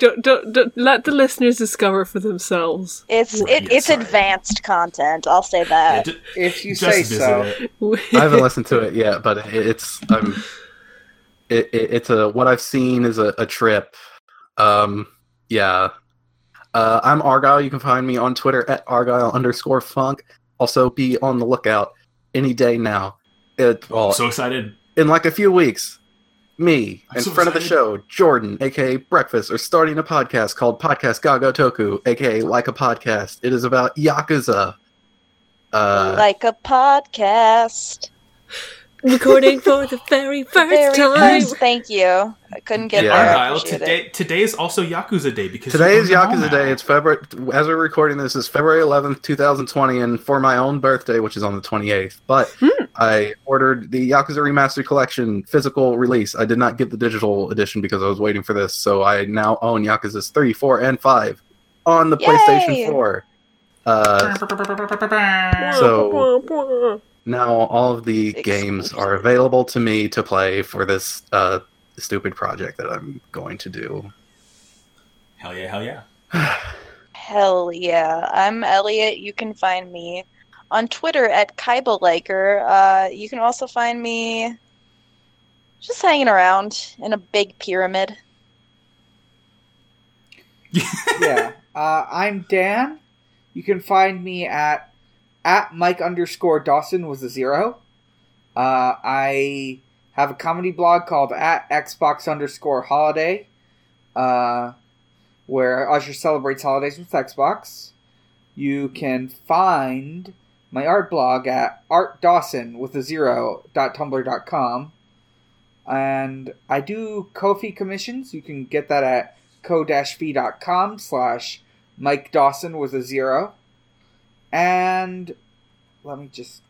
Speaker 2: Don't, don't, don't let the listeners discover for themselves.
Speaker 3: It's
Speaker 5: Right,
Speaker 3: it, it's
Speaker 5: sorry.
Speaker 3: advanced content. I'll say
Speaker 5: Yeah,
Speaker 3: that.
Speaker 5: ju-
Speaker 1: If you
Speaker 5: just
Speaker 1: say
Speaker 5: visit
Speaker 1: so.
Speaker 5: it.
Speaker 4: I
Speaker 5: *laughs*
Speaker 4: haven't listened to it yet, but it, it's um, it, it, it's a what I've seen is a, a trip. Um, yeah. Uh, I'm Argyle. You can find me on Twitter at Argyle underscore Funk. Also, be on the lookout any day now. It, well,
Speaker 5: So excited.
Speaker 4: in like a few weeks, me
Speaker 5: I'm
Speaker 4: in
Speaker 5: so
Speaker 4: front of the
Speaker 5: excited.
Speaker 4: show, Jordan, aka Breakfast, are starting a podcast called Podcast Gaga Toku, aka Like a Podcast. It is about Yakuza. Uh,
Speaker 3: like a podcast.
Speaker 2: *laughs* Recording for the very first
Speaker 3: Very
Speaker 2: time.
Speaker 3: first. Thank you. I couldn't get
Speaker 4: Yeah.
Speaker 3: there. I
Speaker 5: Argyle,
Speaker 3: appreciate
Speaker 5: today today is also Yakuza Day because
Speaker 4: today
Speaker 5: you
Speaker 4: is
Speaker 5: own them all
Speaker 4: Yakuza Day.
Speaker 5: now.
Speaker 4: It's February, as we're recording this, is February 11th, 2020, and for my own birthday, which is on the 28th. But I ordered the Yakuza Remastered Collection physical release. I did not get the digital edition because I was waiting for this, so I now own Yakuza's 3, 4, and 5 on the
Speaker 3: Yay!
Speaker 4: PlayStation 4. Uh,
Speaker 2: So,
Speaker 4: Now all of the games
Speaker 3: Exclusive.
Speaker 4: are available to me to play for this uh, stupid project that I'm going to do. *sighs*
Speaker 5: Hell yeah, hell yeah.
Speaker 3: Hell yeah. I'm Elliot. You can find me on Twitter at Kybaliker. Uh, you can also find me just hanging around in a big pyramid.
Speaker 1: *laughs* yeah. Uh, I'm Dan. You can find me at at Mike underscore Dawson was a zero. Uh, I have a comedy blog called at Xbox underscore Holiday, uh, where Usher celebrates holidays with Xbox. You can find my art blog at art Dawson with a zero dot tumblr dot com. And I do Kofi commissions. You can get that at co-fee.com slash Mike Dawson with a zero. And let me just.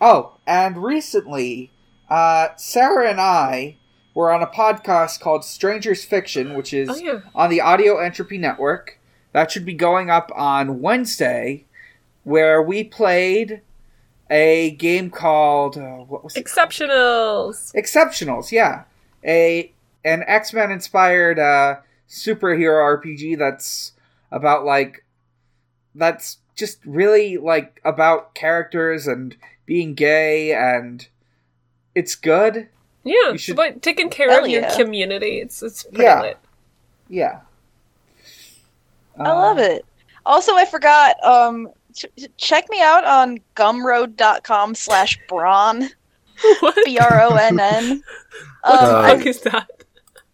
Speaker 1: Oh, and recently, uh, Sarah and I were on a podcast called Strangers Fiction, which is
Speaker 2: oh, yeah.
Speaker 1: on the Audio Entropy Network. That should be going up on Wednesday, where we played a game called uh, what was it?
Speaker 2: Exceptionals.
Speaker 1: Exceptionals, yeah. A an X Men inspired uh, superhero RPG that's about like that's just really like about characters and being gay and it's good.
Speaker 2: Yeah,
Speaker 1: You should-
Speaker 2: but taking care
Speaker 3: Hell
Speaker 2: of your
Speaker 3: yeah.
Speaker 2: community. It's it's pretty
Speaker 1: Yeah.
Speaker 2: lit. *laughs*
Speaker 1: Yeah.
Speaker 4: Uh,
Speaker 3: I love it. Also, I forgot, um, ch- ch- check me out on gumroad.com slash Bron,
Speaker 2: What
Speaker 4: *laughs*
Speaker 3: B-R-O-N-N. Um,
Speaker 4: Uh,
Speaker 1: Um,
Speaker 2: the
Speaker 3: I-
Speaker 2: fuck is that?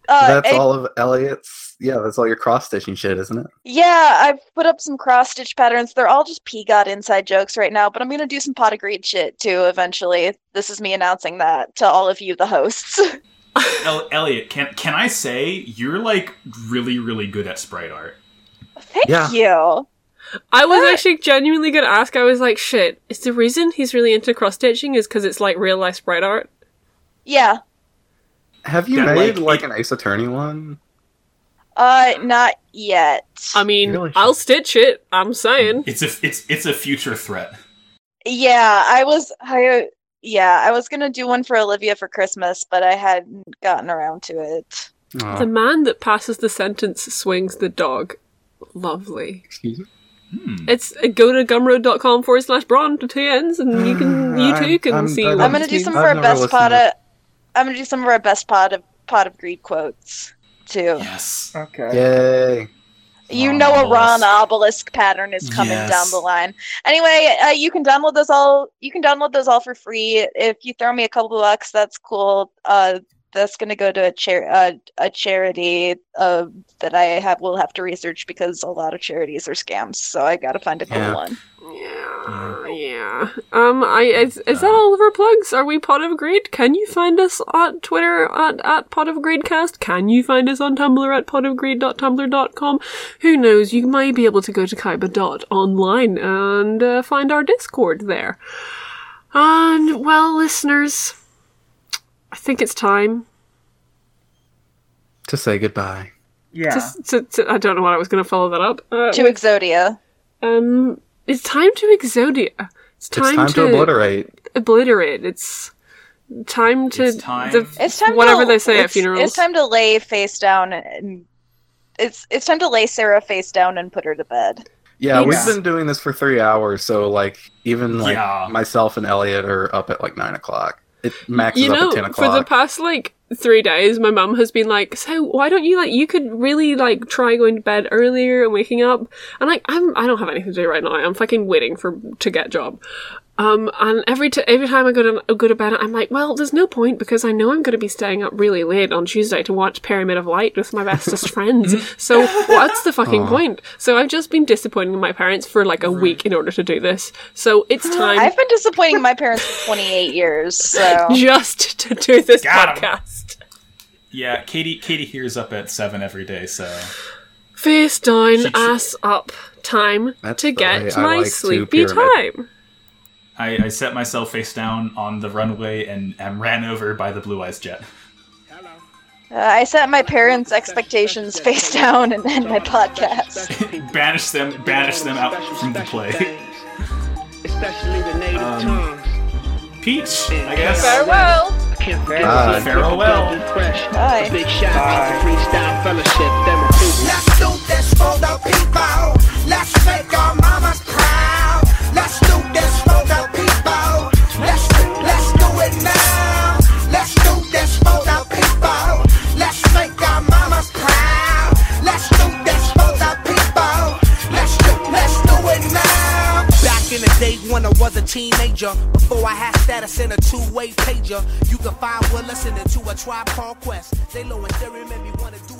Speaker 3: uh,
Speaker 4: that's
Speaker 3: I-
Speaker 4: all of Elliot's. Yeah, that's all your cross stitching shit, isn't it?
Speaker 3: Yeah, I've put up some cross stitch patterns. They're all just PGOT inside jokes right now, but I'm gonna do some pot of greed shit too eventually. This is me announcing that to all of you, the hosts. *laughs*
Speaker 5: El- Elliot, can can I say you're like really really good at sprite art?
Speaker 3: Thank
Speaker 4: Yeah.
Speaker 3: you.
Speaker 2: I was
Speaker 3: What?
Speaker 2: actually genuinely gonna ask. I was like, shit. Is the reason he's really into cross stitching is because it's like real life sprite art?
Speaker 3: Yeah.
Speaker 4: Have you
Speaker 5: Yeah,
Speaker 4: made
Speaker 5: like,
Speaker 4: like, an Ace Attorney one?
Speaker 3: Uh, not yet.
Speaker 2: I mean,
Speaker 4: Really?
Speaker 2: I'll stitch it. I'm saying.
Speaker 5: It's a it's it's a future threat.
Speaker 3: Yeah, I was I yeah, I was gonna do one for Olivia for Christmas, but I hadn't gotten around to it.
Speaker 4: Oh,
Speaker 2: The man that passes the sentence swings the dog. Lovely.
Speaker 4: excuse me.
Speaker 5: Hmm.
Speaker 2: It's uh, go to gumroad.com forward slash brawn to two ends, and you can you
Speaker 4: I'm-
Speaker 2: too can
Speaker 4: Mm. I'm-
Speaker 2: see.
Speaker 4: I'm-
Speaker 2: what
Speaker 3: I'm gonna
Speaker 2: this
Speaker 3: do
Speaker 2: means.
Speaker 3: some
Speaker 4: I've
Speaker 3: of our
Speaker 4: never
Speaker 3: best
Speaker 4: listened
Speaker 3: pot
Speaker 4: to-
Speaker 3: of I'm gonna do some of our best pot of pot of greed quotes too.
Speaker 5: Yes.
Speaker 1: Um, Okay.
Speaker 4: Yay!
Speaker 3: You
Speaker 5: Ron
Speaker 3: know a Ron
Speaker 5: obelisk.
Speaker 3: obelisk pattern is coming
Speaker 5: Yes.
Speaker 3: down the line. Anyway, uh, you can download those all. You can download those all for free. If you throw me a couple bucks, that's cool. Uh, that's going to go to a chair uh, a charity uh, that I have will have to research because a lot of charities are scams. So I got to find a good
Speaker 4: Yeah.
Speaker 3: one.
Speaker 2: Yeah, yeah. Um, I is, is that all of our plugs? Are we Pot of Greed? Can you find us on Twitter at, at Pot of Greedcast? Can you find us on Tumblr at potofgreed.tumblr.com? Who knows? You may be able to go to kaiba.online and uh, find our Discord there. And well, listeners, I think it's time.
Speaker 4: to say goodbye.
Speaker 1: Yeah.
Speaker 2: To, to, to, I don't know what I was going to follow that up. Uh,
Speaker 3: To Exodia.
Speaker 2: um, it's time to Exodia. It's time,
Speaker 4: it's time to, obliterate.
Speaker 2: obliterate. It's time to
Speaker 5: It's time.
Speaker 2: The,
Speaker 3: It's time.
Speaker 2: Whatever
Speaker 3: to,
Speaker 2: they say at
Speaker 3: it's-
Speaker 2: funerals.
Speaker 3: It's time to lay face down and it's it's time to lay Sarah face down and put her to bed.
Speaker 4: Yeah,
Speaker 1: Yeah.
Speaker 4: we've been doing this for three hours, so like even like
Speaker 5: Yeah.
Speaker 4: myself and Elliot are up at like nine o'clock. It maxes
Speaker 2: you
Speaker 4: up
Speaker 2: know,
Speaker 4: at ten
Speaker 2: for the
Speaker 4: o'clock.
Speaker 2: past like three days, my mum has been like, "So why don't you like? You could really like try going to bed earlier and waking up." And like, I'm I don't have anything to do right now. I'm fucking waiting for to get job. Um, and every t- every time I go to go to bed, I'm like, well, there's no point because I know I'm going to be staying up really late on Tuesday to watch Pyramid of Light with my
Speaker 4: *laughs*
Speaker 2: bestest friends. So what's the fucking
Speaker 4: Aw.
Speaker 2: point? So I've just been disappointing my parents for like a week in order to do this. So it's time
Speaker 3: I've been disappointing my parents for 28 years.
Speaker 2: *laughs*
Speaker 3: So
Speaker 2: just to do this
Speaker 5: Got 'em.
Speaker 2: podcast.
Speaker 5: Yeah, Katie. Katie hears up at seven every day. So
Speaker 2: Face down,
Speaker 5: She- she-
Speaker 2: ass up. Time
Speaker 4: That's
Speaker 2: to
Speaker 4: the way
Speaker 2: get
Speaker 4: I
Speaker 2: my
Speaker 4: like to
Speaker 2: sleepy
Speaker 4: pyramid.
Speaker 2: time.
Speaker 5: I, I set myself face down on the runway and am ran over by the blue eyes jet. *laughs*
Speaker 3: uh, I set my parents' expectations face down and end my podcast.
Speaker 5: Banish them. Banish them out from the play.
Speaker 7: Especially the native tongues.
Speaker 5: Peach, I guess.
Speaker 3: Farewell.
Speaker 7: I can't forget
Speaker 4: Bye.
Speaker 7: the secret
Speaker 5: Farewell.
Speaker 7: double fresh.
Speaker 3: Bye.
Speaker 7: A big shout out to Freestyle Fellowship. Them two.
Speaker 8: Let's do this for the people. Let's make our mamas proud. Let's do this for the people. Let's let's do it now. Let's do this for the people. Let's make our mamas proud. Let's do this for the people. Let's do let's do it now. Back in the day when I was a teenager, before I had status in a two-way pager, you could find we're listening to a tribe called Quest. J Lo and Jerry made me wanna do